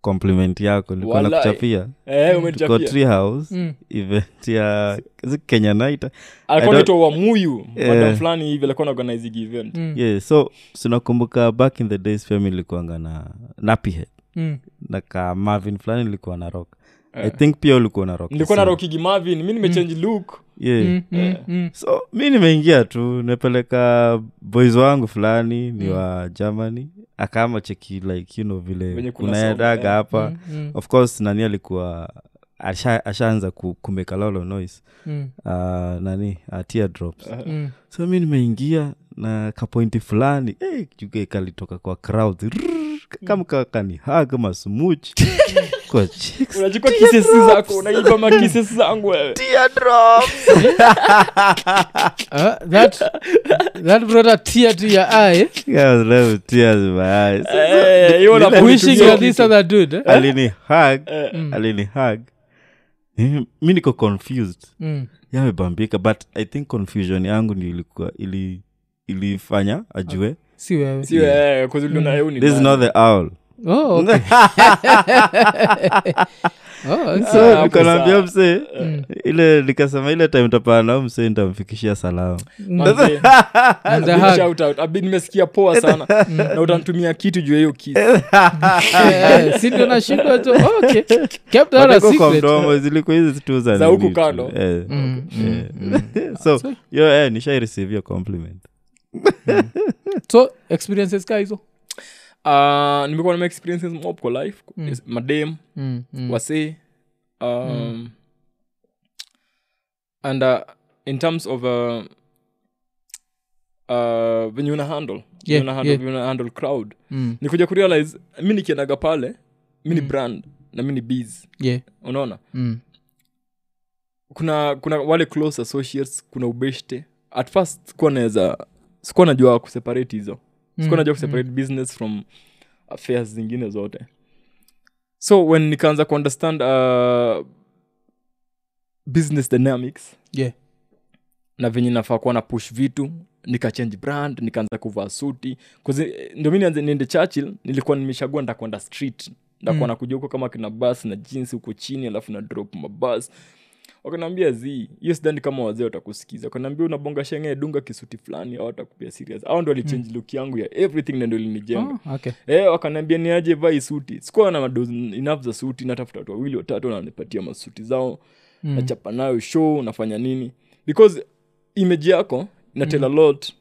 Speaker 3: compliment yako nilikuwa
Speaker 2: Walai.
Speaker 3: nakuchapia
Speaker 2: eh,
Speaker 3: tuko
Speaker 2: umenichapia.
Speaker 3: tree house
Speaker 1: Mm.
Speaker 3: event ya is it kenya night
Speaker 2: alikuwa
Speaker 3: I don't-
Speaker 2: naitwa wamuyu
Speaker 3: Eh.
Speaker 2: madam fulani hivi alikuwa anaorganize event
Speaker 1: Mm.
Speaker 3: yeah, so sinakumbuka back in the days pia mi nilikuanga na napihead
Speaker 1: Mm.
Speaker 3: na ka marvin fulani nilikuwa na rock i think pia ulikuwa na rock
Speaker 2: Eh. nilikuwa na
Speaker 3: sana.
Speaker 2: roki gimavin mi nimechange look
Speaker 3: yeah.
Speaker 1: Mm, mm, mm.
Speaker 3: so mi nimeingia tu nimepeleka boys wangu fulani ni
Speaker 2: Mm.
Speaker 3: wa germany akama cheki like you know
Speaker 2: Venye
Speaker 3: vile
Speaker 2: kuna Eh.
Speaker 3: kunaendaga
Speaker 2: sound,
Speaker 3: hapa
Speaker 1: Mm, mm,
Speaker 3: of course nani alikuwa asha- ashaanza ku, kumeka lolo noise
Speaker 1: mm,
Speaker 3: uh, nani uh, teardrops
Speaker 1: mm.
Speaker 3: so mi nimeingia na kapointi fulani hey, juga kalitoka kwa crowd Rrrr, kama kakanihaga masmuch kwa cheeks
Speaker 2: unachukua kisesi zako unaiba makisesi zangu eh. wewe
Speaker 3: teardrops
Speaker 1: Ah, that that brought a tear to your eye
Speaker 3: Yeah, I was left with tears in my eyes.
Speaker 2: Eh, hiyo
Speaker 3: Lile-
Speaker 2: unapo-
Speaker 1: wishing
Speaker 2: Ulitumia
Speaker 1: you're this
Speaker 2: kitu.
Speaker 1: other dude eh?
Speaker 3: alini hug
Speaker 2: Eh,
Speaker 3: alini hug Eh, mi niko confused
Speaker 1: mm.
Speaker 3: yamebambika but i think confusion yangu ndio ilikuwa ili ilifanya ajue
Speaker 2: Ah,
Speaker 1: si wewe
Speaker 2: sio eh, 'cause uliona, eh, huu ni
Speaker 3: this is
Speaker 2: nani.
Speaker 3: not the owl
Speaker 1: oh, okay. oh, okay.
Speaker 2: Ah,
Speaker 3: so
Speaker 2: hapo
Speaker 3: nikonaambia
Speaker 2: sawa. Eh.
Speaker 3: msee ile nikasema ile time tapana nao msee nitamfikishia salamu
Speaker 2: Manze,
Speaker 1: And the
Speaker 2: big
Speaker 1: hug. Mm.
Speaker 2: shout out. Abi, nimesikia poa sana na utantumia kitu juu ya hiyo kiss.
Speaker 1: Eh, eh, si ndio nashindwa tu Oh, okay kept that a
Speaker 3: Watako kwa
Speaker 1: secret
Speaker 3: mdomo zilikuwa hizi tu za
Speaker 2: Za
Speaker 3: nini
Speaker 2: huku
Speaker 3: tu.
Speaker 2: kando.
Speaker 3: Eh,
Speaker 1: Mm,
Speaker 3: eh.
Speaker 1: mm,
Speaker 3: so
Speaker 1: So-
Speaker 3: yo eh, nishai receive hiyo compliment
Speaker 1: so experiences oh. ka hizo
Speaker 2: Ah, nimekuwa na ma experiences mob kwa life
Speaker 1: Mm.
Speaker 2: Yes, madem
Speaker 1: Mm, mm.
Speaker 2: wasee um, and uh, in terms of uh, uh, venye una handle
Speaker 1: Yeah,
Speaker 2: una handle,
Speaker 1: yeah.
Speaker 2: venye una handle crowd
Speaker 1: Mm,
Speaker 2: nikuja kurealize mi nikiendaga pale mi ni
Speaker 1: Mm.
Speaker 2: brand na mi ni bs
Speaker 1: yeah,
Speaker 2: unaona
Speaker 1: mm,
Speaker 2: kuna kuna wale close associates kuna ubeshte at first sikuwa naweza sikuwa najua kuseparate hizo sikuwa
Speaker 1: mm,
Speaker 2: najua kuseparate business from affairs zingine zote so when nikaanza kuunderstand uh, business dynamics
Speaker 1: yeah.
Speaker 2: na venye nafaa kuwa na push vitu nikachange brand nikaanza kuvaa suti 'Cause, eh, ndio mi nianze niende churchill nilikuwa nimeshagua ndakwenda street ndakuwa
Speaker 1: Mm.
Speaker 2: mm. nakuja huko kama kina bas na jinsi huko chini alafu na drop mabas wakanaambia z hiyo sidhani kama wazee watakusikiza wakanaambia unabonga shenge dunga kisuti fulani au watakupia serious au ndo alichange mm. look yangu ya everything na ndo linijenga
Speaker 1: Oh, okay.
Speaker 2: Eh, wakaniambia niaje vai suti sikuwa na madozi enough za suti natafuta watu wawili watatu wananipatia masuti zao
Speaker 1: Mm.
Speaker 2: nachapa nayo show nafanya nini because image yako inatel
Speaker 1: Mm.
Speaker 2: a lot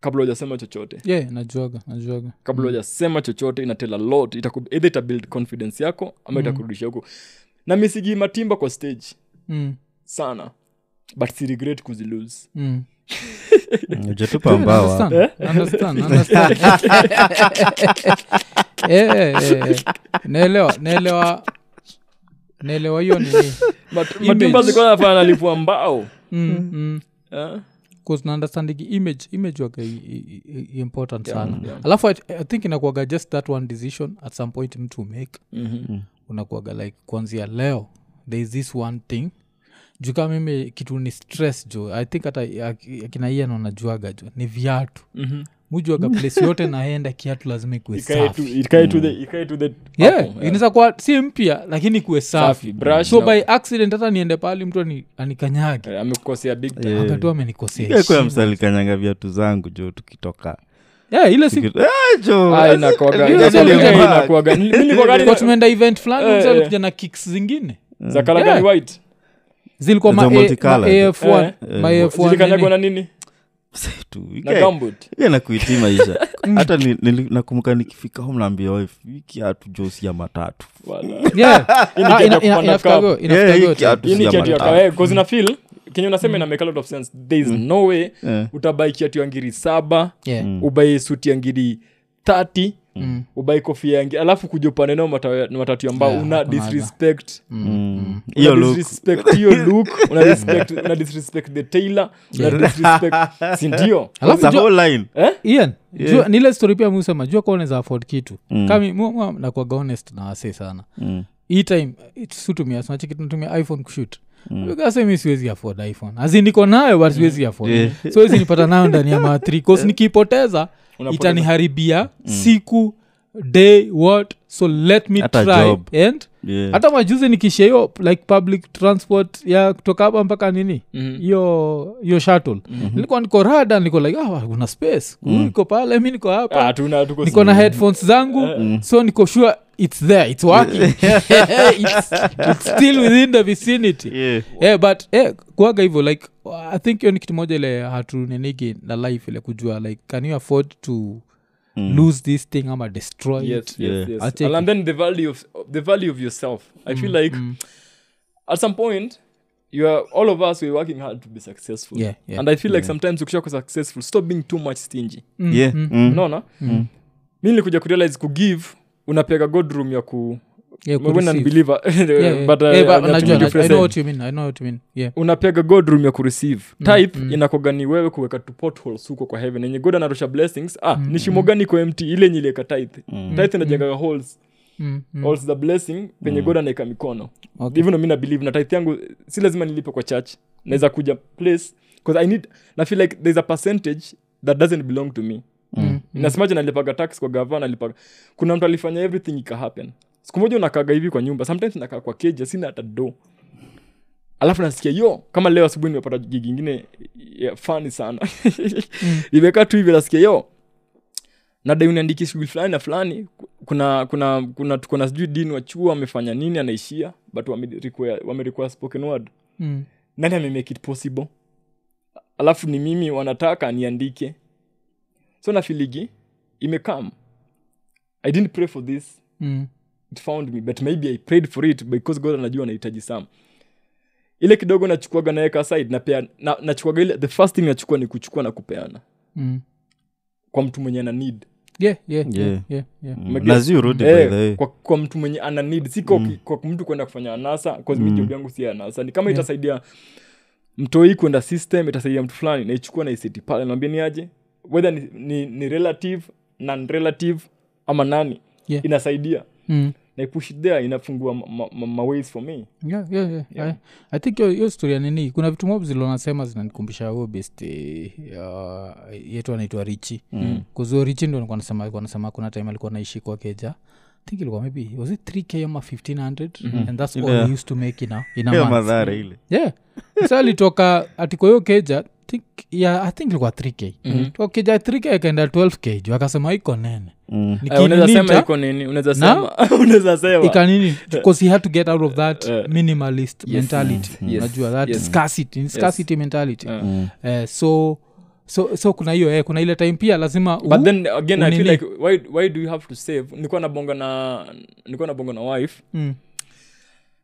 Speaker 2: kabla hujasema chochote
Speaker 1: yeah najuaga najuaga
Speaker 2: kabla hujasema chochote inatel a lot Itaku- either itabuild confidence yako ama itakurudisha huko na misigi matimba kwa stage
Speaker 1: mm,
Speaker 2: sana but si regret kuzilose
Speaker 1: mm.
Speaker 3: ujetupa mbao hapa.
Speaker 2: Eh?
Speaker 1: Understand, understand, understand. Eh, eh, eh, eh. naelewa naelewa naelewa hiyo nini
Speaker 2: Mat-
Speaker 1: Image.
Speaker 2: matimba zikuwa nafanya nalipua mbao
Speaker 1: Mm, mm.
Speaker 2: eh?
Speaker 1: Because na understanding image image wake i- i- i- i- important
Speaker 2: Yeah,
Speaker 1: sana
Speaker 2: yeah.
Speaker 1: alafu I, i think inakuaga just that one decision at some point mtu make
Speaker 2: Mhm.
Speaker 1: unakuaga like kuanzia leo there is this one thing juka mimi kitu ni stress jo i think hata akinaiyano najuaga jo ni viatu mujuaga place yote naenda kiatu lazima ikuwe
Speaker 2: Mhm. Ikae tu-
Speaker 1: safi
Speaker 2: ikae to the- ikae to the
Speaker 1: Mm.
Speaker 2: Eh,
Speaker 1: yeah,
Speaker 2: apple, yeah.
Speaker 1: inaweza kuwa si mpya lakini kuwe
Speaker 2: Safi,
Speaker 1: safi
Speaker 2: brush
Speaker 1: so
Speaker 2: na-
Speaker 1: by accident hata niende pali mtu ani- anikanyage
Speaker 2: Eh, amekukosea big time.
Speaker 3: Yeah.
Speaker 1: wakati
Speaker 3: Yeah,
Speaker 1: amenikosea
Speaker 3: kuna msalikanyanga viatu zangu jo tukitoka
Speaker 1: yeah, ile siku
Speaker 3: Tuki- Ah, jo, eh,
Speaker 2: Ah,
Speaker 3: as-
Speaker 2: inakuwaga-
Speaker 3: as-
Speaker 1: inakuwaga-
Speaker 3: as- as-
Speaker 2: inakuwaga- nili- mi nilikuwa gani-
Speaker 1: kwa tumeenda event fulani
Speaker 2: Eh,
Speaker 1: mzee
Speaker 2: eh.
Speaker 1: alikuja na kicks zingine
Speaker 2: za colour gani
Speaker 1: Yeah.
Speaker 2: white?
Speaker 1: zilikuwa ma-
Speaker 3: Za
Speaker 1: A-
Speaker 3: multicolored.
Speaker 1: ma- AF1,
Speaker 3: Eh.
Speaker 1: ma
Speaker 3: Eh.
Speaker 1: AF1
Speaker 2: Zilikanyagwa
Speaker 1: nini.
Speaker 2: na nini
Speaker 3: tu,
Speaker 2: na
Speaker 3: ikae-
Speaker 2: gumboot
Speaker 3: ikae na kuitii maisha
Speaker 1: Mm.
Speaker 3: hata ni- nili- nakumbuka nikifika home naambia wife, hii kiatu jo si ya matatu
Speaker 2: Wala.
Speaker 1: Yeah. Ah, ina- ina- Mm.
Speaker 2: kupanda
Speaker 1: inafika
Speaker 2: cup.
Speaker 1: go, inafika
Speaker 3: Yeah, hii
Speaker 1: go tena.
Speaker 3: kiatu.
Speaker 2: Hii ni
Speaker 3: Ya
Speaker 2: kiatu ya
Speaker 3: matatu.
Speaker 2: kawaida, 'cause inafeel, kenye unasema ina make a lot of sense there is no way
Speaker 3: Eh.
Speaker 2: utabai kiatu ya ngiri saba
Speaker 1: Yeah.
Speaker 3: Mm.
Speaker 2: ubai suti ya ngiri 30 ubai kofia ya ngiri alafu kuja upande nao matawe- matatu ya mbao
Speaker 1: Yeah,
Speaker 2: una
Speaker 1: hakuna haja.
Speaker 2: disrespect
Speaker 3: Mm.
Speaker 2: Una
Speaker 3: hiyo look
Speaker 2: disrespect hiyo look una disrespect una disrespect the tailor una disrespect sindio
Speaker 1: Alafu
Speaker 3: the
Speaker 1: jua-
Speaker 3: whole line
Speaker 1: ian
Speaker 3: Yeah.
Speaker 1: jua- ni ile story pia musema jua kwa unaweza afford kitu kami mu- mu- nakuwaga honest na wase sana
Speaker 3: Mm.
Speaker 1: hii time it- sutumia sinachiki tunatumia iphone kushut
Speaker 3: Mm.
Speaker 1: kasemi siwezi afford iphone azi niko nayo but siwezi afford
Speaker 3: Yeah.
Speaker 1: so hizi nipata nayo ndani ya matri cause nikiipoteza
Speaker 2: Unapoteza.
Speaker 1: itaniharibia
Speaker 3: Mm.
Speaker 1: siku day what so let me
Speaker 3: Hata
Speaker 1: try
Speaker 3: job.
Speaker 1: and
Speaker 3: Yeah.
Speaker 1: hata majuzi nikishia hiyo like public transport ya kutoka hapa mpaka nini
Speaker 2: Mhm.
Speaker 1: hiyo hiyo shuttle Mm-hmm. nilikuwa niko rada niko like ah, kuna space Huyu niko pale mi niko hapa
Speaker 2: Ah, tuna- tuko
Speaker 1: niko na
Speaker 2: sawa.
Speaker 1: headphones zangu
Speaker 3: Mm.
Speaker 1: so niko sure its there its working it's, it's still within the vicinity
Speaker 3: Yeah.
Speaker 1: Eh, but eh, kuaga hivyo like i think hiyo ni kitu moja ile hatunenigi na life ile kujua like can you afford to
Speaker 3: Mm.
Speaker 1: lose this thing ama destroy
Speaker 2: Yes,
Speaker 1: it
Speaker 2: yes,
Speaker 3: Yeah.
Speaker 2: yes.
Speaker 1: I'll take
Speaker 2: and then the value of the value of yourself i feel
Speaker 3: Mm.
Speaker 2: like
Speaker 1: Mm.
Speaker 2: at some point you are all of us we're working hard to be successful
Speaker 1: Yeah, yeah,
Speaker 2: and i feel like sometimes ukishakuwa successful stop being too much stingy
Speaker 3: Yeah. Mm.
Speaker 2: unaona mi nilikuja kurealize kugive unapiaga godroom ya ku
Speaker 1: Yeah,
Speaker 2: wewe ni
Speaker 1: kureceive.
Speaker 2: unbeliever,
Speaker 1: Yeah, yeah.
Speaker 2: but, uh,
Speaker 1: Yeah, but
Speaker 2: I'm not
Speaker 1: najua, najua, I know
Speaker 2: a different
Speaker 1: what Mm, you mean, I know what you mean. Yeah.
Speaker 2: unapiaga godroom ya kureceive type inakoga ni wewe kuweka tu potholes huko kwa heaven yenye god anarusha blessings ah
Speaker 1: Mm.
Speaker 2: ni shimo gani iko empty ile yenye iliweka tithe tithe inajengaga holes
Speaker 1: Mm, mm.
Speaker 2: holes za blessing penye god anaeka mikono
Speaker 1: Okay.
Speaker 2: hivyo ndo mi nabelieve na tithe yangu si lazima nilipe kwa church naweza kuja place bcause i need na feel like there's a percentage that doesn't belong to me
Speaker 1: Mm.
Speaker 2: nasemaje nalipaga tax kwa gava nalipaga kuna mtu alifanya everything ikahappen siku moja unakaga hivi kwa nyumba sometimes nakaa kwa keja sina hata do alafu nasikia yo kama leo asubuhi nimepata gig ingine ya fani sana imekaa tu hivi nasikia yo nadai uniandiki shughuli fulani na fulani ku- kuna kuna kuna tuko na sijui dini wa chuo amefanya nini anaishia but wamerequire wamerequire spoken word
Speaker 1: Mm.
Speaker 2: nani amemake it possible alafu ni mimi wanataka niandike so nafiligi imekam i didn't pray for this
Speaker 1: Mm.
Speaker 2: it found me but maybe i prayed for it because god anajua anahitaji sam ile kidogo nachukuaga naeka aside napea na, nachukuaga ile the first thing nachukua ni kuchukua na kupeana
Speaker 1: Mm.
Speaker 2: kwa mtu mwenye ana need
Speaker 1: Yeah, yeah,
Speaker 3: Yeah.
Speaker 1: yeah, yeah, yeah.
Speaker 3: Mm.
Speaker 2: Umegea-
Speaker 3: Na zi urudi, by the way.
Speaker 2: Eh, kwa, kwa mtu mwenye ana need si kwa,
Speaker 1: Mm.
Speaker 2: kwa mtu kwenda kufanya anasa mm. job yangu si ya anasa ni kama
Speaker 1: Yeah.
Speaker 2: itasaidia mtoi kwenda system itasaidia mtu fulani naichukua naiseti pale naambia ni aje whether ni, ni, ni relative non relative ama nani
Speaker 1: Yeah.
Speaker 2: inasaidia
Speaker 1: Mm.
Speaker 2: naipush it there inafungua ma, ma, ma, ma ways for me
Speaker 1: Yeah, yeah, yeah. I- i think hiyo- hiyo story ya nini kuna vitu mob zilonasema zinanikumbisha huo best eh, uh, yetu anaitwa richi mm. kuzio richi ndo alikuwa anasema- alikuwa anasema kuna time alikuwa naishi kwa keja I think ilikuwa maybe was it 3k ama 1500 and that's all
Speaker 3: Mm-hmm. Yeah.
Speaker 1: we used to make in a, in a
Speaker 3: Hiyo
Speaker 1: month.
Speaker 3: madhara ile
Speaker 1: yeah sa alitoka atikoyo keja think, yeah, i think ilikuwa 3k
Speaker 2: Mhm.
Speaker 1: mm-hmm. keja 3k akaenda 12k juu akasema iko nene
Speaker 3: Mm.
Speaker 1: Ni
Speaker 2: Eh, unaweza
Speaker 1: kinita-
Speaker 2: sema iko nini unaweza
Speaker 1: Na?
Speaker 2: sema unaweza sema
Speaker 1: ikanini because he had to get out of that
Speaker 2: Eh.
Speaker 1: minimalist mentality
Speaker 2: Yes.
Speaker 1: unajua that
Speaker 2: Yes.
Speaker 1: scarcity ni scarcity mentality
Speaker 2: Eh.
Speaker 1: Eh, so so so kuna hiyo eh, kuna ile time pia lazima u-
Speaker 2: but then again i feel
Speaker 1: Unini.
Speaker 2: like why, why do you have to save nilikuwa nabonga na nilikuwa nabonga na wife
Speaker 1: Mm,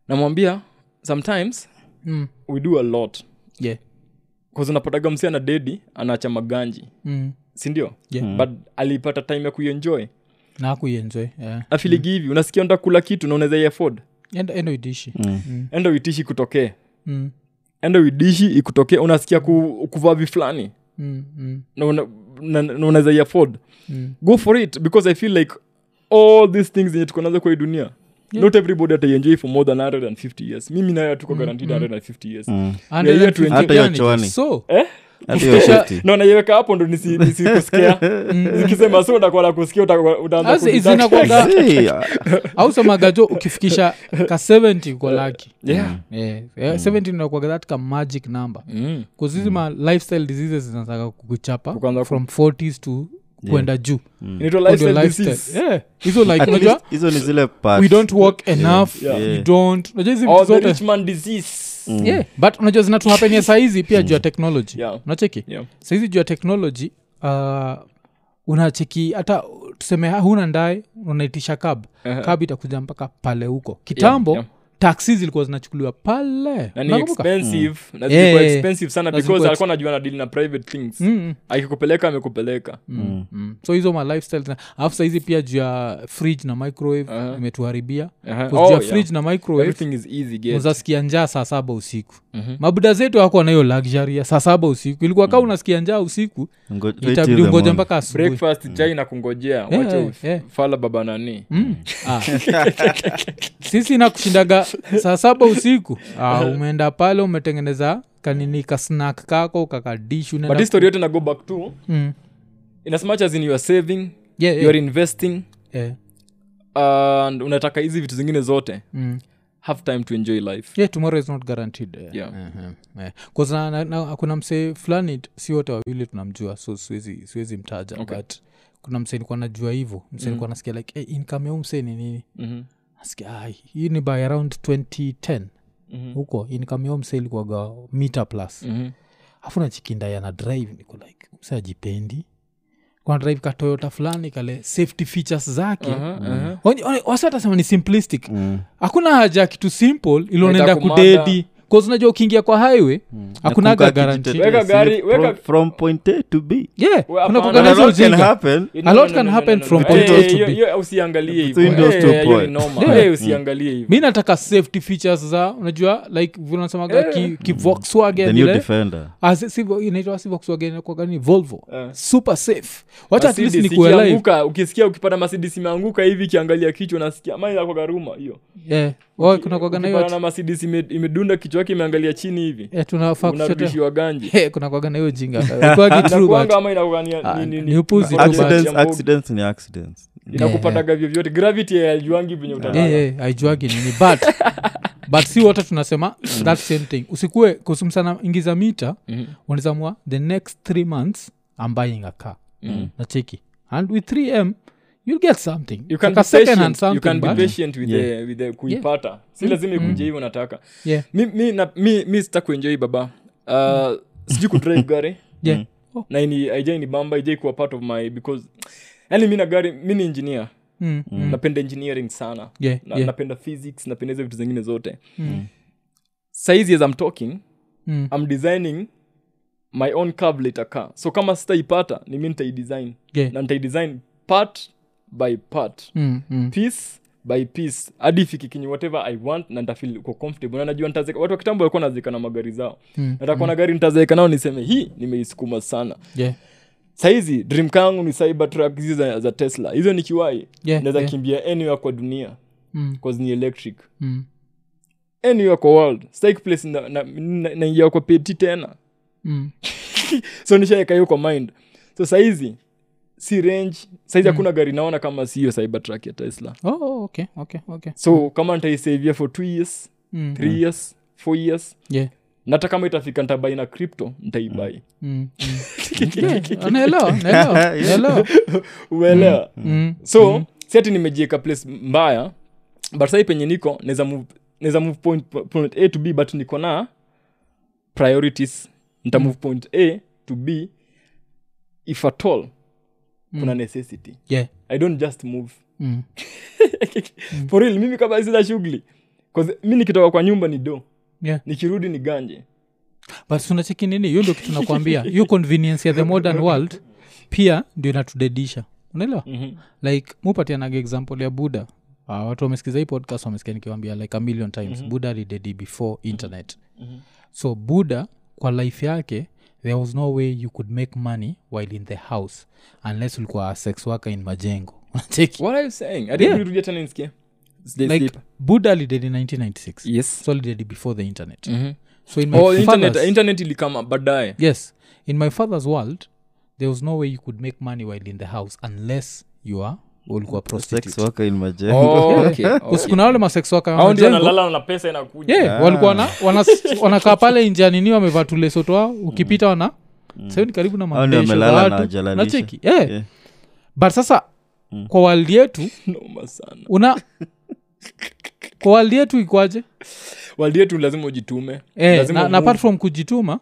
Speaker 2: namwambia sometimes
Speaker 1: mm,
Speaker 2: we do a lot
Speaker 1: yeah,
Speaker 2: bcause unapataga msi ana dedi anaacha maganji
Speaker 1: mm,
Speaker 2: sindio
Speaker 1: Yeah.
Speaker 2: but alipata time ya kuienjoy
Speaker 1: na kuienjoy yeah.
Speaker 2: afiligi hivi unasikia unataka kula kitu na unaweza iafford
Speaker 1: End- end of dishi
Speaker 3: Mm.
Speaker 2: enda uitishi ikutokee
Speaker 1: Mm,
Speaker 2: enda uidishi ikutokee unasikia ku, kuvaa vifulani
Speaker 1: mm, mm,
Speaker 2: na una- na- na unaweza iafford
Speaker 1: Mm.
Speaker 2: go for it because i feel like all these things yenye tuko nazo kwa hii dunia
Speaker 1: Yeah.
Speaker 2: not everybody ataienjoy for more than 150 years mimi nayo
Speaker 1: Mm,
Speaker 2: tuko guaranteed 150 years
Speaker 3: Mm.
Speaker 2: Yeah, yeah, tu-
Speaker 1: 150
Speaker 3: hata hiyo
Speaker 1: yani,
Speaker 3: choani.
Speaker 1: so
Speaker 2: Eh.
Speaker 3: Hata hiyo
Speaker 1: Kisha-
Speaker 3: sheti.
Speaker 2: no naiweka hapo ndo nisi- nisikusikia
Speaker 1: Mm.
Speaker 2: nikisema so utakuwa nakusikia uta- utaanza
Speaker 1: Asi-
Speaker 2: kunidaka.
Speaker 1: zinakwanga-
Speaker 3: See, ah,
Speaker 1: au semagajo ukifikisha ka 70 kwa laki
Speaker 2: Yeah.
Speaker 1: yeah. yeah, 70 nakwaga eh, that ka magic number
Speaker 2: Mm.
Speaker 1: kuzizima lifestyle diseases zinataka
Speaker 2: Ukaanza
Speaker 1: kukuchapa
Speaker 2: ku-
Speaker 1: from 40s to kwenda juu
Speaker 2: Inaitwa
Speaker 1: Kwa ndio
Speaker 2: lifestyle
Speaker 1: lifestyle.
Speaker 2: disease. Eh,
Speaker 1: Yeah. hizo like
Speaker 3: at
Speaker 1: unajua
Speaker 3: least hizo ni zile parts.
Speaker 1: we don't work enough
Speaker 2: Yeah.
Speaker 1: we don't unajua hizi vitu
Speaker 2: Or the rich
Speaker 1: zote
Speaker 2: man disease.
Speaker 1: yeah but unajua zinatuhapenia sahizi
Speaker 2: Mm.
Speaker 1: pia juu ya technology
Speaker 2: Yeah.
Speaker 1: unacheki
Speaker 2: Yeah.
Speaker 1: sahizi juu ya technology uh, unacheki hata tuseme ha- huna ndae unaitisha kab
Speaker 2: Uh-huh.
Speaker 1: kab itakuja mpaka pale huko kitambo
Speaker 2: yeah.
Speaker 1: taksi zilikuwa zinachukuliwa pale
Speaker 2: Na ni
Speaker 1: Unakumbuka?
Speaker 2: expensive na zilikuwa
Speaker 1: Mm. Yeah.
Speaker 2: expensive sana
Speaker 1: Na
Speaker 2: because
Speaker 1: zilikuwa
Speaker 2: alikuwa anajua na deal na private things
Speaker 1: Mm,
Speaker 2: akikupeleka amekupeleka
Speaker 1: mm, mm. so hizo ma lifestyles na- alafu sahizi pia juu ya fridge na microwave
Speaker 2: Uh-huh.
Speaker 1: imetuharibia Kwa
Speaker 2: Uh-huh.
Speaker 1: juu ya
Speaker 2: Oh, yeah.
Speaker 1: fridge na microwave
Speaker 2: Everything is easy, get.
Speaker 1: unazasikia njaa saa saba usiku
Speaker 2: Mhm.
Speaker 1: mabuda zetu hakuwa nahiyo luxury ya saa saba usiku ilikuwa kaa unasikia njaa usiku
Speaker 3: Ngo- wait till
Speaker 1: itabidi
Speaker 3: the
Speaker 1: ungoja
Speaker 3: morning.
Speaker 1: mpaka asubuhi
Speaker 2: Mm. breakfast chai na kungojea wache
Speaker 1: yeah,
Speaker 2: uf-
Speaker 1: yeah.
Speaker 2: fala baba nani
Speaker 1: Mm. Ah. sisi nakushindaga saa saba usiku ah, umeenda pale umetengeneza kanini kasnak kako kakadishu
Speaker 2: but hii story yote na go back to
Speaker 1: mm.
Speaker 2: in as much as in you are saving
Speaker 1: yeah,
Speaker 2: you are
Speaker 1: yeah,
Speaker 2: investing
Speaker 1: yeah.
Speaker 2: and unataka hizi vitu zingine zote
Speaker 1: Mm.
Speaker 2: have time to enjoy life
Speaker 1: yeah, tomorrow is not guaranteed yeah.
Speaker 2: Yeah.
Speaker 1: Mhm. Yeah. 'Cause na- na- na- kuna msee fulani t- si wote wawili tunamjua so siwezi, siwezi mtaja
Speaker 2: Okay.
Speaker 1: but kuna msee nikuwa najua hivo msee nikuwa nasikia like hey, income ya huu msee ni nini
Speaker 2: Mhm.
Speaker 1: nasikia "Ah, hii ni by around 2010
Speaker 2: Mhm.
Speaker 1: huko income ya huu msee ilikuwaga mita plus
Speaker 2: Mhm.
Speaker 1: afu nachikinda yana drive niko like msee ajipendi kuna drive ka toyota fulani kale safety features zake
Speaker 2: Aha, aha.
Speaker 1: Onye- onye- wasi watasema ni simplistic
Speaker 3: Mm.
Speaker 1: hakuna haja ya kitu simple ilionenda
Speaker 2: kumada. Mm.
Speaker 1: kudedi kaunajua ukiingia kwa highway hakunaga
Speaker 3: Nakumbuka
Speaker 1: garanti
Speaker 3: tujitetee
Speaker 2: Weka gari-
Speaker 3: sisi
Speaker 2: weka-
Speaker 3: from- from point a to b
Speaker 1: yeah
Speaker 2: Well,
Speaker 1: kuna
Speaker 2: hapana.
Speaker 1: kuga na hizo
Speaker 3: A lot can
Speaker 1: ujinga.
Speaker 3: happen.
Speaker 2: No,
Speaker 1: A
Speaker 2: no,
Speaker 1: lot
Speaker 2: no,
Speaker 1: can
Speaker 2: no,
Speaker 1: happen
Speaker 2: no, no,
Speaker 1: from
Speaker 2: no.
Speaker 1: point A
Speaker 2: Hey,
Speaker 1: to
Speaker 2: hiyo-
Speaker 1: B.
Speaker 2: hiyo usiangalie hivyo.
Speaker 3: Between those two
Speaker 2: Hey, hiyo ni
Speaker 3: points.
Speaker 2: noma.
Speaker 1: Yeah.
Speaker 2: Hey, usiangalie hivyo.
Speaker 1: mi nataka safety features za unajua like vilanasemaga ki,
Speaker 2: Mm.
Speaker 1: ki Volkswagen
Speaker 3: the new
Speaker 1: ile.
Speaker 3: defender
Speaker 1: Ah, si- si- inaitwa si Volkswagen, inakuwa gani volvo
Speaker 2: Eh.
Speaker 1: super safe wacha at least
Speaker 2: Mercedes
Speaker 1: nikuwe alive.
Speaker 2: ikianguka, ukisikia ukipata masidisi imeanguka hivi ikiangalia kichwa nasikia mainakwagaruma hiyo
Speaker 1: Yeah. Wa- kuna kuwaga na hiyo
Speaker 2: Ukipata na masidisi ime- imedunda kichwa yake imeangalia chini hivi
Speaker 1: Eh, tunafaa kufuata-
Speaker 2: unarudishiwa ganji
Speaker 1: Eh, kuna kuwaga na hiyo jinga Haikuwagi true, but-
Speaker 2: inakuanga ama inakuwa
Speaker 1: Ah,
Speaker 2: ni- ni-
Speaker 1: ni upuzi tu, but-
Speaker 3: accidents
Speaker 2: Jambo-
Speaker 3: accidents ni accidents
Speaker 2: inakupataga vyovyote gravity haijuangi venye
Speaker 1: Ah. Yeah,
Speaker 2: utalala
Speaker 1: yeah, haijuagi nini but but si wote tunasema
Speaker 2: Mm.
Speaker 1: that same thing usikue kusumsana ingiza mita
Speaker 2: Mhm.
Speaker 1: unazamua the next three months I'm buying a car
Speaker 2: Mhm.
Speaker 1: nacheki and with 3m you'll get something
Speaker 2: You can
Speaker 1: Like a
Speaker 2: be
Speaker 1: second hand
Speaker 2: patient- you
Speaker 1: something,
Speaker 2: can be
Speaker 1: but-
Speaker 2: patient with the- with the kuipata si lazima ikuje hivo nataka
Speaker 1: Yeah.
Speaker 2: mi, mi, na, mi, mi sitakuenjoi baba uh, sijui kudrive gari
Speaker 1: Yeah.
Speaker 2: na ini- haijai ni bamba ijai kuwa part of my because yani mi na gari mi ni engineer
Speaker 1: Mm, mm.
Speaker 2: napenda engineering sana
Speaker 1: Yeah,
Speaker 2: na,
Speaker 1: yeah.
Speaker 2: napenda physics napenda hizo vitu zingine zote
Speaker 1: Mm.
Speaker 2: saizi as i'm talking
Speaker 1: Mm.
Speaker 2: i'm designing my own curve later car so kama sitaipata ni mi nitaidesign
Speaker 1: Yeah.
Speaker 2: na nitaidesign part by part
Speaker 1: Mm, mm.
Speaker 2: piece by piece hadi ifiki kenye whatever i want na ntafil uko comfortable na najua nitazeka watu wa kitambo walikuwa nazeka na magari zao
Speaker 1: Mm,
Speaker 2: natakuwa na gari nitazeeka nao niseme hii nimeisukuma sana
Speaker 1: Yeah.
Speaker 2: saizi dream kangu ni cybertruck hizi za, za tesla hizo nikiwai
Speaker 1: Yeah,
Speaker 2: naweza
Speaker 1: yeah.
Speaker 2: kimbia anywhere kwa dunia
Speaker 1: Mm,
Speaker 2: cause ni electric
Speaker 1: mm,
Speaker 2: anywhere kwa world stake place naingia na, na, naingia kwa peti tena
Speaker 1: mm.
Speaker 2: so nishaeka hiyo kwa mind so saizi si range saizi hakuna gari naona kama si hiyo cybertruck ya tesla
Speaker 1: Oh, oh, okay, okay, okay.
Speaker 2: so kama nitaisavia for two years
Speaker 1: Mm,
Speaker 2: three years four years
Speaker 1: yeah.
Speaker 2: na hata kama itafika ntabai na crypto ntaibai
Speaker 1: Mm, mm. Yeah, naelewa, naelewa, naelewa.
Speaker 2: umeelewa
Speaker 1: Mm.
Speaker 2: so si ati nimejieka place mbaya but sai penye niko naweza move, naweza move point, point a to b but niko na priorities nta
Speaker 1: Mm.
Speaker 2: move point a to b if at all kuna necessity
Speaker 1: Mm. Yeah.
Speaker 2: i don't just move
Speaker 1: Mm.
Speaker 2: for real mimi kama sina shughuli 'Cause mi nikitoka kwa nyumba ni do
Speaker 1: Yeah.
Speaker 2: nikirudi ni ganje
Speaker 1: but tunacheki nini hiyo ndio kitu nakwambia hiyo convenience ya the modern world pia ndio inatudedisha unaelewa
Speaker 2: Mhm.
Speaker 1: like mupatianaga example ya buda uh, watu wamesikiza hii podcast wamesikia nikiwambia like a million times
Speaker 2: Mhm.
Speaker 1: mm-hmm. buda alidedi before internet mm-hmm. so buda kwa life yake there was no way you could make money while in the house unless ulikuwa a sex worker in majengo unacheki
Speaker 2: what are you saying Ati
Speaker 1: Yeah.
Speaker 2: nirudia tena nisikie They
Speaker 1: like
Speaker 2: sleep.
Speaker 1: buddha alided in 1996
Speaker 2: yes
Speaker 1: so alided before the internet
Speaker 2: Mhm.
Speaker 1: so in my
Speaker 2: Oh, internet,
Speaker 1: father's-
Speaker 2: internet ilikama baadaye
Speaker 1: yes in my father's world there was no way you could make money while in the house unless you are ulikuwa
Speaker 3: sex
Speaker 1: prostitute
Speaker 3: worker in majengo
Speaker 2: Oh, okay,
Speaker 1: Because
Speaker 2: okay.
Speaker 1: kuna wale masex waka
Speaker 2: Hao ndio
Speaker 1: majengo.
Speaker 2: wanalala na pesa inakuja
Speaker 1: Ah, yeah,
Speaker 3: Ah.
Speaker 1: walikuwa wana- wana- wanakaa pale nje ya nini wamevaa tulesoto wao
Speaker 2: Mm.
Speaker 1: ukipita wana sahio ni karibu na
Speaker 3: Hao ndio
Speaker 1: madesho za
Speaker 3: wamelala na
Speaker 1: watu.
Speaker 3: wajalalisha.
Speaker 1: Unacheki? yeah.
Speaker 3: Yeah.
Speaker 1: but sasa
Speaker 2: Mm.
Speaker 1: kwa world yetu
Speaker 2: noma sana
Speaker 1: una kwa world yetu ikwaje
Speaker 2: waldi yetu lazima ujitume
Speaker 1: eh, na,
Speaker 2: Lazima
Speaker 1: na
Speaker 2: umove.
Speaker 1: apart from kujituma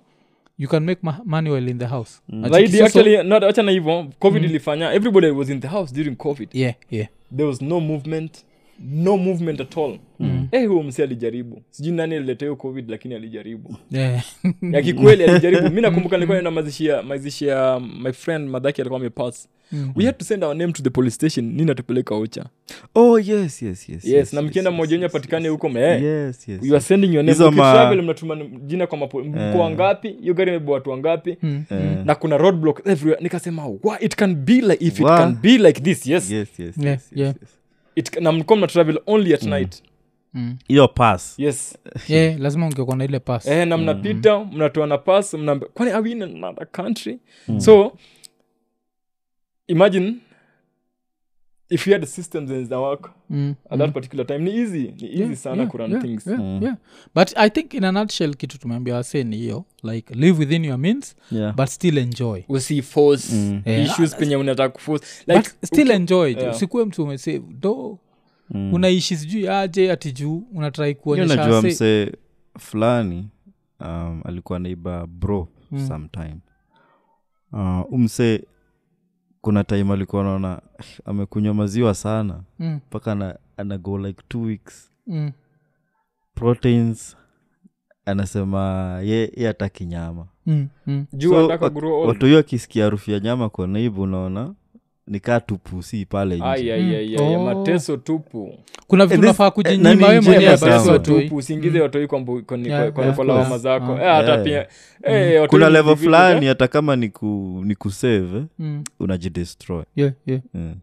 Speaker 1: you can make ma- money while in the house Unacheki?
Speaker 2: Mm. zaidi
Speaker 1: So- Mm-hmm.
Speaker 2: actually not acha na hivyo covid ilifanya everybody was in the house during covid
Speaker 1: yeah, yeah.
Speaker 2: there was no movement no movement at all
Speaker 1: Mm-hmm.
Speaker 2: mm. eh huyo msi alijaribu sijui nani alileta hiyo covid lakini alijaribu
Speaker 1: Yeah.
Speaker 2: ya kikweli alijaribu mi nakumbuka nilikuwa naenda mazishi ya mazishi ya my friend madhaki alikuwa amepass
Speaker 1: Mm.
Speaker 2: we had to send our name to the police station nini atupeleka ocha
Speaker 3: oh yes yes yes
Speaker 2: yes, na mkienda mmoja wenyu apatikane huko mee
Speaker 3: yes yes
Speaker 2: you are sending your
Speaker 3: Hizo
Speaker 2: name
Speaker 3: ma-
Speaker 2: ma... mnatuma jina kwa mapo mkoa ngapi hiyo gari imebeba watu wangapi
Speaker 1: Mm.
Speaker 3: Eh,
Speaker 2: na kuna roadblock everywhere nikasema "Why it can be like if
Speaker 3: Wah.
Speaker 2: it can be like this yes,
Speaker 3: yes, yes,
Speaker 1: Yeah,
Speaker 3: yes, yes,
Speaker 1: yeah.
Speaker 3: yes.
Speaker 2: It, na mlikuwa mna travel only at night
Speaker 1: Mm.
Speaker 3: hiyo pass
Speaker 2: yes
Speaker 1: yeah, lazima ungekuwa na ile pass
Speaker 2: eh, na mnapita mnatoa na pass mnaambia kwani are we in another country Mm.
Speaker 3: Mm.
Speaker 2: so imagine if you had systems in the work at
Speaker 1: Mm.
Speaker 2: that particular time ni easy ni easy sana
Speaker 1: yeah,
Speaker 2: kurun
Speaker 1: yeah,
Speaker 2: things
Speaker 1: yeah, yeah. but i think in a nutshell kitu tumeambia wase ni hiyo like live within your means
Speaker 3: yeah.
Speaker 1: but still enjoy
Speaker 2: usiforce
Speaker 3: Mm.
Speaker 1: Yeah.
Speaker 2: issues penye unataka kuforce
Speaker 1: like,
Speaker 2: like
Speaker 1: but still
Speaker 2: uki-
Speaker 1: enjoy
Speaker 2: yeah.
Speaker 1: yeah. usikue mtu umese do mm. unaishi sijui aje ati juu unatrai
Speaker 3: Hiyo
Speaker 1: kuonyesha
Speaker 3: najua
Speaker 1: ase-
Speaker 3: msee fulani um, alikuwa naiba bro mm. sometime uh, umse kuna time alikuwa naona amekunywa maziwa sana
Speaker 1: Mm,
Speaker 3: mpaka ana, ana go like two weeks
Speaker 1: mm,
Speaker 3: proteins anasema ye, ye ataki nyama
Speaker 1: mm, mm.
Speaker 2: juu
Speaker 3: So,
Speaker 2: anataka
Speaker 3: wat-
Speaker 2: grow old
Speaker 3: watu hiyo akisikia harufu ya nyama kwa naibu unaona nikaa tupusi pale nje.
Speaker 2: Ai, ai, ai, ai,
Speaker 1: Oh.
Speaker 2: mateso tupu
Speaker 1: kuna vitu
Speaker 3: this-
Speaker 1: unafaa
Speaker 3: eh, nani
Speaker 1: kujinyima we
Speaker 3: njema
Speaker 1: mwenyewe
Speaker 3: sawa.
Speaker 1: basi Mm,
Speaker 2: mateso
Speaker 1: watoi
Speaker 2: tupu usiingize watoi kwa mbu- kwa-
Speaker 1: Yeah,
Speaker 2: kwa
Speaker 1: yeah,
Speaker 2: nifala
Speaker 1: yeah.
Speaker 2: wama zako
Speaker 1: Ah.
Speaker 2: Eh, hata
Speaker 3: Yeah.
Speaker 2: pia- eh, watoi
Speaker 3: kuna level
Speaker 2: individual,
Speaker 3: fulani
Speaker 2: eh.
Speaker 3: hata kama ni ku, ni kusave
Speaker 1: Mm,
Speaker 3: unajidestroy Mm.
Speaker 1: yeah, yeah.
Speaker 3: yeah.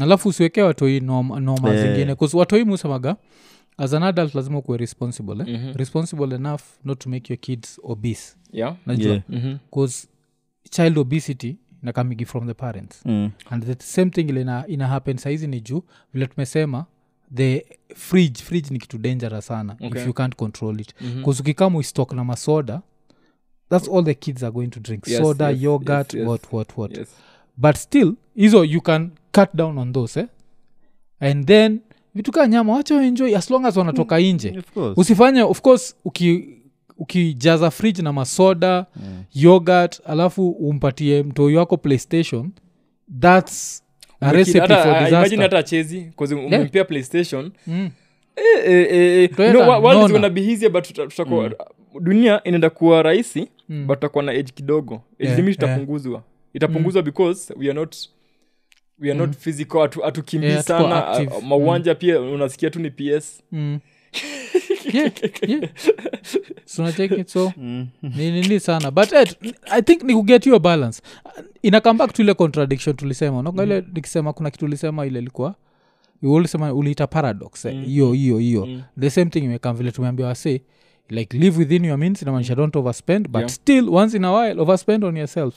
Speaker 1: alafu usiwekee watoi norm- norma
Speaker 3: Eh.
Speaker 1: zingine 'Cause watoi musemaga as an adult lazima ukuwe responsible eh?
Speaker 2: Mhm.
Speaker 1: responsible enough not to make your kids obese
Speaker 2: Yeah.
Speaker 1: najua
Speaker 3: Yeah.
Speaker 2: Mhm.
Speaker 1: bcause child obesity nakamigi from the parents
Speaker 3: mm.
Speaker 1: and the same thing ile ina, ina happen saizi ni juu vile tumesema the fridge fridge ni kitu dangerous sana
Speaker 2: Okay.
Speaker 1: if you can't control it
Speaker 2: Mhm.
Speaker 1: bcause ukikama uistok na masoda thats all the kids are going to drink
Speaker 2: Yes,
Speaker 1: soda
Speaker 2: yes,
Speaker 1: yogurt
Speaker 2: yes, yes.
Speaker 1: what what what
Speaker 2: Yes.
Speaker 1: but still hizo you can cut down on those eh? and then vitu kaa nyama wacha waenjoy as long as wanatoka
Speaker 2: Mm.
Speaker 1: nje
Speaker 3: Of course.
Speaker 1: usifanye of course uki ukijaza fridge na masoda mm. yogurt alafu umpatie mtoi wako playstation thats a
Speaker 2: Wiki-
Speaker 1: recipe
Speaker 2: hata-
Speaker 1: for
Speaker 2: I-
Speaker 1: disaster.
Speaker 2: imagine hata chezi cause um- umempea playstation
Speaker 1: Mm.
Speaker 2: Eh, eh, eh, eh,
Speaker 1: Toyota,
Speaker 2: you know, wa- world is
Speaker 1: nona.
Speaker 2: gonna be easier, but tuta- tutakuwa- dunia inaenda kuwa rahisi
Speaker 1: Mm.
Speaker 2: but tutakuwa na age kidogo age
Speaker 1: Yeah,
Speaker 2: limit
Speaker 1: yeah.
Speaker 2: itapunguzwa
Speaker 1: Mm.
Speaker 2: itapunguzwa because we are not we are not physical hatu- hatukimbii
Speaker 1: Yeah, Mm. Eh, hatuko
Speaker 2: sana
Speaker 1: active.
Speaker 2: a- mauwanja pia unasikia tu ni ps
Speaker 1: Mm. Yeah, yeah. So unacheki, so
Speaker 2: Mm.
Speaker 1: ni nini sana but eh, i think ni kuget your balance ina come back to ile contradiction tulisema
Speaker 2: Mm.
Speaker 1: unaga ile nikisema kuna kitu ulisema ile ilikuwa ulisema uliita paradox
Speaker 2: Mm.
Speaker 1: eh, hiyo hiyo hiyo the same thing imekam vile tumeambia wase like live within your means inamaanisha don't overspend but
Speaker 2: Mm. Yeah.
Speaker 1: still once in a while overspend on yourself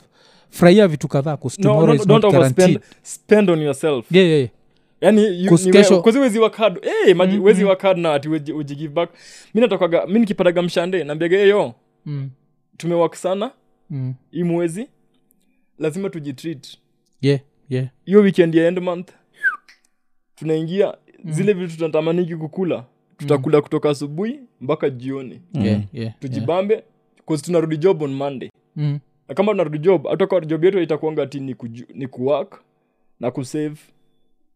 Speaker 1: furahia vitu kadhaa
Speaker 2: no, no, don't overspend
Speaker 1: kustomorrowyeah
Speaker 2: spend on yourself
Speaker 1: yeah. Kus- kesho- Mm,
Speaker 2: yaniwezi wakad wezi wakad na ati uji- ujigive back mi natakaga mi nikipataga mshande nambiaga yeyo
Speaker 1: Mm,
Speaker 2: tumewak sana
Speaker 1: mm,
Speaker 2: hii mwezi lazima tujitreat
Speaker 1: yeah, yeah.
Speaker 2: hiyo weekend ya end month tunaingia zile
Speaker 1: Mm.
Speaker 2: vitu tunatamaniki kukula tutakula kutoka asubuhi mpaka jioni
Speaker 1: Yeah,
Speaker 3: Mm.
Speaker 1: yeah, yeah.
Speaker 2: tujibambe cause tunarudi job on monday
Speaker 1: Mm,
Speaker 2: na kama tunarudi job atoka job yetu itakuanga ti ni, kuju- ni kuwork na kusave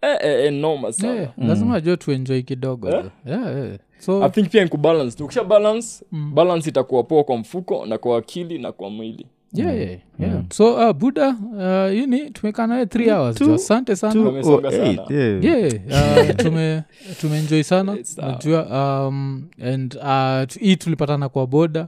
Speaker 2: eh, eh, eh, noma sana
Speaker 1: yeah,
Speaker 2: Mm.
Speaker 1: lazima ajue tuenjoi kidogo
Speaker 2: Eh?
Speaker 1: Yeah, yeah. so mm,
Speaker 2: I think pia ni kubalance ukisha balance balance itakuwa poa kwa mfuko na kwa akili na kwa mwili
Speaker 1: yeah, yeah,
Speaker 2: Mm.
Speaker 1: yeah. so uh, buda uh, ini tumekaa nawe th hours jo. asante sana
Speaker 2: Wamesonga
Speaker 3: 208,
Speaker 2: sana.
Speaker 3: Oh, yeah.
Speaker 1: yeah, uh, tume tumeenjoy sana
Speaker 2: It's sawa.
Speaker 1: najua um, and uh, tu- hii tulipatana kwa boda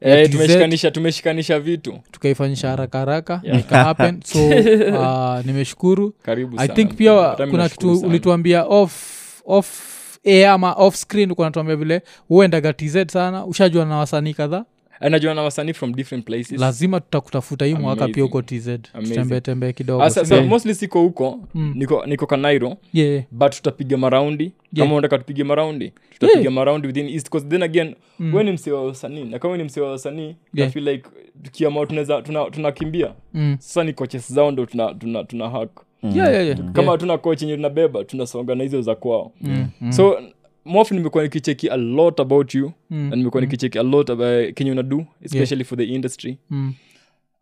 Speaker 1: Ya
Speaker 2: eh,
Speaker 1: TZ.
Speaker 2: tumeshikanisha tumeshikanisha vitu
Speaker 1: tukaifanyisha haraka haraka
Speaker 2: Mm. Yeah.
Speaker 1: nika happen so uh, nimeshukuru
Speaker 2: karibu
Speaker 1: i
Speaker 2: sana
Speaker 1: think pia
Speaker 2: Hata mimi
Speaker 1: kuna
Speaker 2: nashukuru
Speaker 1: kitu
Speaker 2: sana.
Speaker 1: ulituambia off off air ama off screen kunatuambia vile huendaga tz sana ushajua na wasanii kadhaa
Speaker 2: anajua Eh, na wasanii from different places
Speaker 1: lazima tutakutafuta hii mwaka pia
Speaker 2: Amazing.
Speaker 1: huko tz
Speaker 2: Amazing.
Speaker 1: tutembee tembee kidogo
Speaker 2: Asa, so
Speaker 1: Eh,
Speaker 2: Ah, mostly siko huko
Speaker 1: Mm.
Speaker 2: niko, niko kanairo
Speaker 1: yeah,
Speaker 2: but tutapiga maraundi
Speaker 1: Yeah.
Speaker 2: kama unataka tupige maraundi tutapiga
Speaker 1: Yeah. Hmm.
Speaker 2: maraundi within east coast then again mm. ni msee wa wasanii na kama we ni msee wa wasanii
Speaker 1: Yeah.
Speaker 2: I feel like tukiamua tunaweza tunakimbia tuna tunakimbia.
Speaker 1: mm.
Speaker 2: sasa ni coaches zao ndo tuna, tuna, tuna hack
Speaker 1: Yeah, yeah, yeah.
Speaker 2: Mm. kama
Speaker 1: Yeah.
Speaker 2: hatuna coach yenye tunabeba tunasonga na hizo za kwao
Speaker 1: Mm, mm,
Speaker 2: so mof nimekuwa nikicheki a lot about you
Speaker 1: mm,
Speaker 2: na nimekuwa nikicheki a lot about kenye unadu especially for the industry
Speaker 1: mm.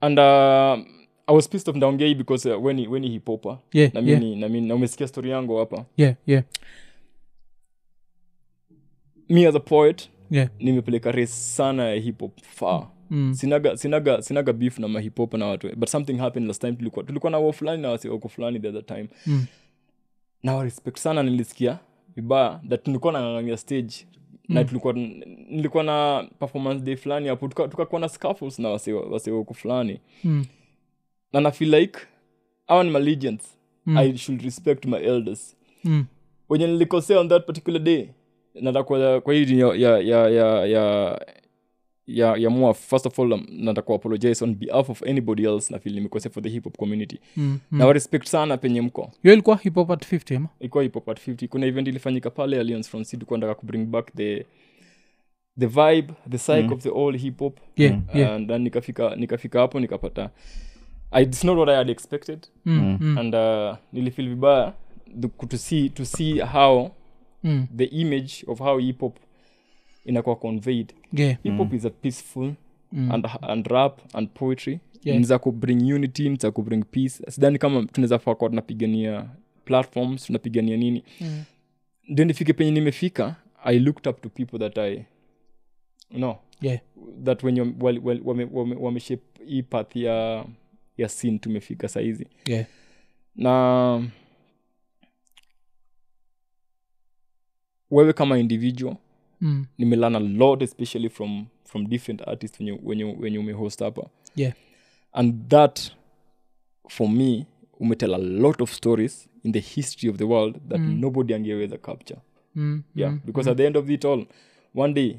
Speaker 2: and uh, i was pissed off ndaongei because uh, weni, weni hipopa
Speaker 1: Yeah,
Speaker 2: na
Speaker 1: yeah,
Speaker 2: mimi na mimi na umesikia story yangu hapa
Speaker 1: yeah, yeah,
Speaker 2: me as a poet
Speaker 1: yeah.
Speaker 2: nimepeleka race sana ya hip hop far
Speaker 1: Mm,
Speaker 2: sinaga sinaga sinaga beef na mahipop na watu but something happened last time tulikuwa tulikuwa na wao fulani na wasiwako fulani the other time
Speaker 1: Mm.
Speaker 2: na wa respect sana nilisikia vibaya that tulikuwa nangangania stage
Speaker 1: Mm.
Speaker 2: na tulikuwa nilikuwa na performance day fulani hapo tuka- tukakuwa na scaffolds na wasiwako fulani
Speaker 1: mm,
Speaker 2: na na feel like hawa ni my legends
Speaker 1: Mm.
Speaker 2: i should respect my elders
Speaker 1: mm,
Speaker 2: wenye nilikosea on that particular day nataka kwa, kwa hii ya ya ya ya ya ya, ya mua first of all um, nataka kuapologize on behalf of anybody else na feel nimekosea for the hip hop community
Speaker 1: mm, mm.
Speaker 2: na wa Mm. respect sana penye mko
Speaker 1: hiyo ilikuwa hip hop at 50 ama
Speaker 2: ilikuwa hip hop at 50 kuna event ilifanyika pale alliance from sea tulikuwa nataka kubring back the the vibe the psyche of the old hip hop
Speaker 1: yeah, yeah.
Speaker 2: and then nikafika nikafika hapo nikapata I, it's not what i had expected
Speaker 1: mm, mm,
Speaker 2: and uh, nilifeel vibaya the- to see to see how
Speaker 1: mm,
Speaker 2: the image of how hip hop inakuwa conveyed
Speaker 1: yeah.
Speaker 2: hip hop is a peaceful
Speaker 1: Mm.
Speaker 2: and, and rap and poetry
Speaker 1: Yeah.
Speaker 2: ni za kubring unity ni za kubring peace sidhani kama tunaweza faa kuwa tunapigania platforms tunapigania nini
Speaker 1: Mm.
Speaker 2: ndio nifike penye nimefika i looked up to people that i no
Speaker 1: Yeah.
Speaker 2: that wenye wameshape wame, wame, wame wameshape hii path ya ya sin tumefika sahizi
Speaker 1: Yeah.
Speaker 2: na wewe kama individual
Speaker 1: Mm,
Speaker 2: nimelearn a lot especially from from different artists wenye, wenye, wenye umehost hapa
Speaker 1: yeah.
Speaker 2: and that for me umetell a lot of stories in the history of the world that
Speaker 1: Mm.
Speaker 2: nobody angeweza capture
Speaker 1: Mm,
Speaker 2: yeah
Speaker 1: mm,
Speaker 2: because at the end of it all one day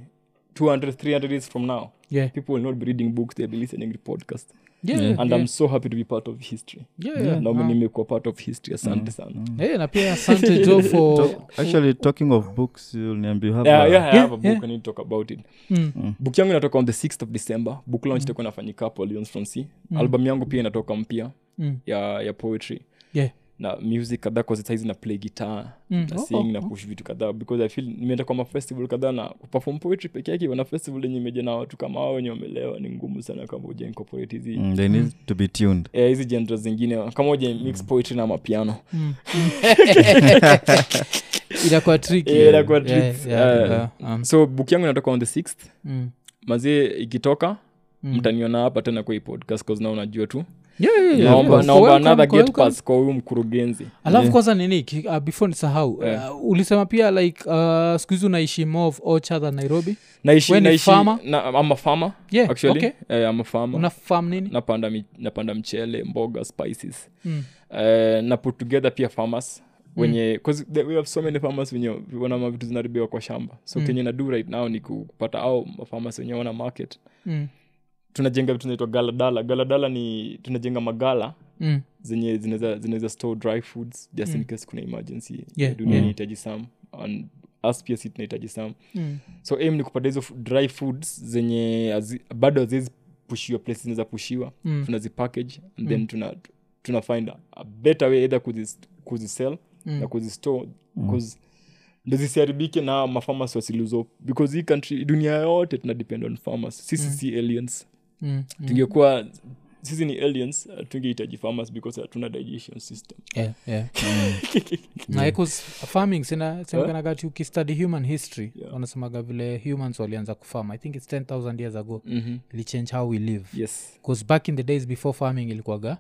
Speaker 2: 200 300 years from now
Speaker 1: yeah.
Speaker 2: people will not be reading books they'll be listening to podcast
Speaker 1: Yeah, yeah,
Speaker 2: and
Speaker 1: yeah.
Speaker 2: i'm so happy to be part of history
Speaker 1: Yeah, yeah.
Speaker 2: na
Speaker 1: Ah.
Speaker 2: nimekuwa part of history asante sana
Speaker 1: Eh, na pia asante jo for
Speaker 3: To- actually talking of books uliniambia you have
Speaker 2: yeah,
Speaker 3: a-
Speaker 2: yeah, I
Speaker 1: Yeah,
Speaker 2: have a book
Speaker 1: yeah.
Speaker 2: I need to talk about it
Speaker 1: Mm.
Speaker 2: book yangu inatoka on the 6th of december book launch itakuwa inafanyika hapo Lions from sea album yangu pia inatoka mpya
Speaker 1: Mm.
Speaker 2: ya, ya poetry
Speaker 1: Yeah.
Speaker 2: na music kadhaa kasaizi na play guitar
Speaker 1: Mm.
Speaker 2: na
Speaker 1: Oh,
Speaker 2: sing
Speaker 1: oh,
Speaker 2: na push vitu kadhaa because i feel nimeenda kwa mafestival kadhaa na kuperform poetry peke yake wana festival yenye imeja na watu kama hao wenye wamelewa ni ngumu sana kama uja incorporate hizi
Speaker 3: Mm, they need to be tuned
Speaker 2: eh, hizi genre zingine kama uja mix poetry na mapiano
Speaker 1: mm, itakuwa tricky.
Speaker 2: Eh, inakuwa
Speaker 1: Yeah,
Speaker 2: tricks.
Speaker 1: yeah,
Speaker 2: Eh,
Speaker 1: yeah. Um,
Speaker 2: so book yangu inatoka on the 6th
Speaker 1: mm,
Speaker 2: mazie ikitoka
Speaker 1: Mm.
Speaker 2: mtaniona hapa tena kwa hii podcast cause na unajua tu
Speaker 1: yeah, yeah, yeah,
Speaker 2: naomba
Speaker 1: yeah.
Speaker 2: naomba
Speaker 1: Welcome,
Speaker 2: another gate
Speaker 1: welcome.
Speaker 2: pass kwa huyu mkurugenzi
Speaker 1: alafu kwanza nini ki- uh, before nisahau
Speaker 2: Yeah.
Speaker 1: uh, ulisema pia like uh, sikuhizi unaishi more of ocha than nairobi
Speaker 2: naishi
Speaker 1: We ni
Speaker 2: naishi
Speaker 1: farmer?
Speaker 2: na, I'm a farmer
Speaker 1: Yeah,
Speaker 2: actually
Speaker 1: okay.
Speaker 2: Eh, I'm a farmer
Speaker 1: unafam nini
Speaker 2: napanda mi, napanda mchele mboga spices
Speaker 1: Mm.
Speaker 2: Eh, na put together pia farmers wenye 'cause the- we have so many farmers wenye wana vitu zinaribiwa kwa shamba so
Speaker 1: Mm.
Speaker 2: kenye na do right now ni ku- kupata au farmers wenye wana market
Speaker 1: Mm,
Speaker 2: tunajenga vitu naitwa galadala galadala ni tunajenga magala
Speaker 1: mm,
Speaker 2: zenye zinaweza zinaweza store dry foods just in case kuna emergency
Speaker 1: Yeah, Mm.
Speaker 2: dunia
Speaker 1: yeah.
Speaker 2: inahitaji sam and us pia si tunahitaji sam
Speaker 1: mm,
Speaker 2: so aim ni kupata hizo fu- dry foods zenye hazi- bado haziwezi pushiwa place zinaweza pushiwa
Speaker 1: Mm.
Speaker 2: tunazipackage and then tuna tuna find a, a better way either kuzis, kuzisell
Speaker 1: Mm.
Speaker 2: na kuzistore because ndo zisiharibike na mafarmas wasilizo because hii country dunia yote tuna depend on farmers sisi si aliens
Speaker 1: mm, mm.
Speaker 2: tungekuwa sisi ni aliens tungehitaji farmers because hatuna digestion system
Speaker 1: Yeah, yeah. na because farming sina- sinakanagati ukistudy human history
Speaker 2: Yeah.
Speaker 1: wanasemaga vile humans walianza kufarm i think its 10000 years ago
Speaker 2: mm-hmm.
Speaker 1: ilichange how we live
Speaker 2: yes
Speaker 1: bcause back in the days before farming ilikuwaga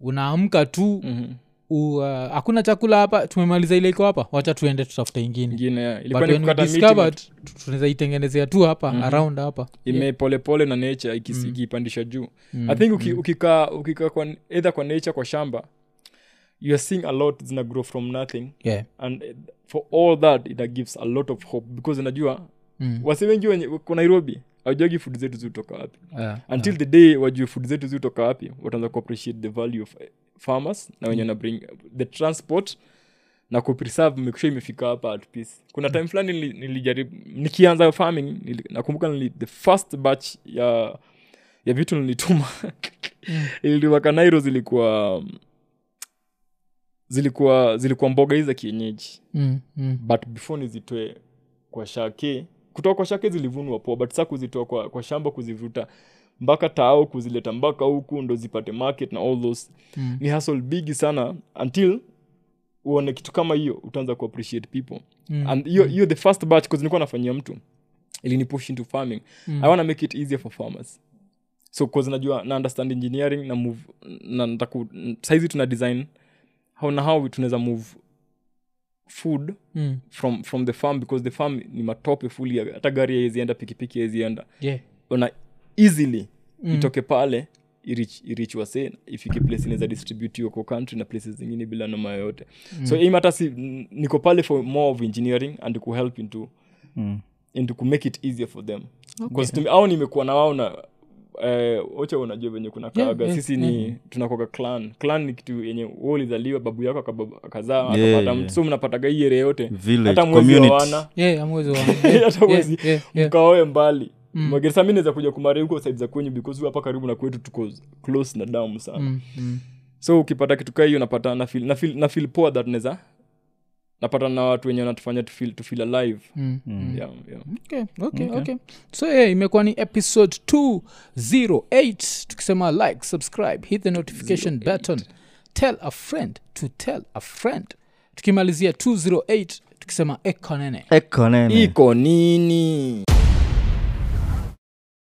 Speaker 1: unaamka tu
Speaker 2: mm-hmm.
Speaker 1: u- uh, hakuna chakula hapa tumemaliza ile iko hapa wacha tuende tutafuta ingine
Speaker 2: ingine ilikuwa
Speaker 1: But
Speaker 2: ni
Speaker 1: when we
Speaker 2: kukata miti
Speaker 1: discovered, tu- tunaweza itengenezea tu hapa
Speaker 2: Mhm.
Speaker 1: around hapa
Speaker 2: ime polepole na nature ikis-
Speaker 1: Mm.
Speaker 2: ikipandisha juu i think uki- ukikaa ukikaa kwa either kwa nature kwa shamba youare seeing a lot zina grow from nothing
Speaker 1: yeah.
Speaker 2: and eh, for all that it gives a lot of hope because unajua
Speaker 1: mm.
Speaker 2: wase wengi wenye kwa nairobi awajuagi food zetu zitoka wapi
Speaker 1: yeah.
Speaker 2: until the day wajue food zetu zitoka wapi wataanza kuappreciate the value of eh, farmers na wenye wana bring the transport na kupreserve mekusha imefika hapa at peace kuna time fulani nili- nilijaribu nikianza farming nili, nakumbuka nili, the first batch ya ya vitu nilituma ilituma kanairo zilikuwa um, zilikuwa zilikuwa mboga hii za kienyeji
Speaker 1: mm. mm.
Speaker 2: but before nizitoe kwa shake kutoka kwa shake zilivunwa poa but saa kuzitoa kwa, kwa shamba kuzivuta mpaka tao kuzileta mpaka huku ndo zipate market na all those
Speaker 1: Mm.
Speaker 2: ni hustle bigi sana until uone kitu kama hiyo utaanza kuappreciate people
Speaker 1: Mm.
Speaker 2: and hiyo hiyo the first batch 'cause nilikuwa nafanyia mtu ilinipush into farming
Speaker 1: Mm.
Speaker 2: i wanna make it easier for farmers so cause najua na understand engineering na move na nataku saizi tuna design how na how tunaweza move food
Speaker 1: Mm.
Speaker 2: from from the farm because the farm ni matope fuli hata gari aezienda pikipiki aezienda
Speaker 1: yeah.
Speaker 2: una easily
Speaker 1: Mm.
Speaker 2: itoke pale irich, irich wase ifike place inaweza distribute hiyo kwa country na places zingine bila noma yoyote mm. so aim hata si n- niko pale for more of engineering and kuhelp into
Speaker 3: Mm.
Speaker 2: into kumake it easier for them okay. au nimekuwa na wao na Uh, ocha unajua venye kuna
Speaker 1: Yeah,
Speaker 2: kaaga
Speaker 1: yeah,
Speaker 2: yeah, sisi ni yeah. tunakoga clan clan ni kitu yenye wewe ulizaliwa babu yako akabab- akazaa akapata
Speaker 3: Yeah,
Speaker 2: mtu.
Speaker 3: yeah.
Speaker 2: so mnapataga hii area yote
Speaker 3: Village,
Speaker 2: hata mwezi wa
Speaker 3: community.
Speaker 2: wana
Speaker 1: Mm. yeah, amwezi wa-
Speaker 2: hata
Speaker 1: yeah,
Speaker 2: mwezi
Speaker 1: yeah, yeah. Mm.
Speaker 2: mkaoe mbali mageresa mi naweza kuja kumare huko said za kwenyu because huyu hapa karibu na kwetu tuko close na damu sana
Speaker 1: Mm, mm.
Speaker 2: so ukipata kitu kaa hiyo napata na feel, na feel, na feel poa that neza napata na watu wenye wanatufanya to feel, to feel alive
Speaker 1: Mm.
Speaker 2: yeah, yeah.
Speaker 1: Okay, okay, okay. so yeah, imekuwa ni episode 208 tukisema like subscribe hit the notification button tell a friend to tell a friend tukimalizia 208 tukisema ekonene
Speaker 3: Eko nene.
Speaker 2: iko nini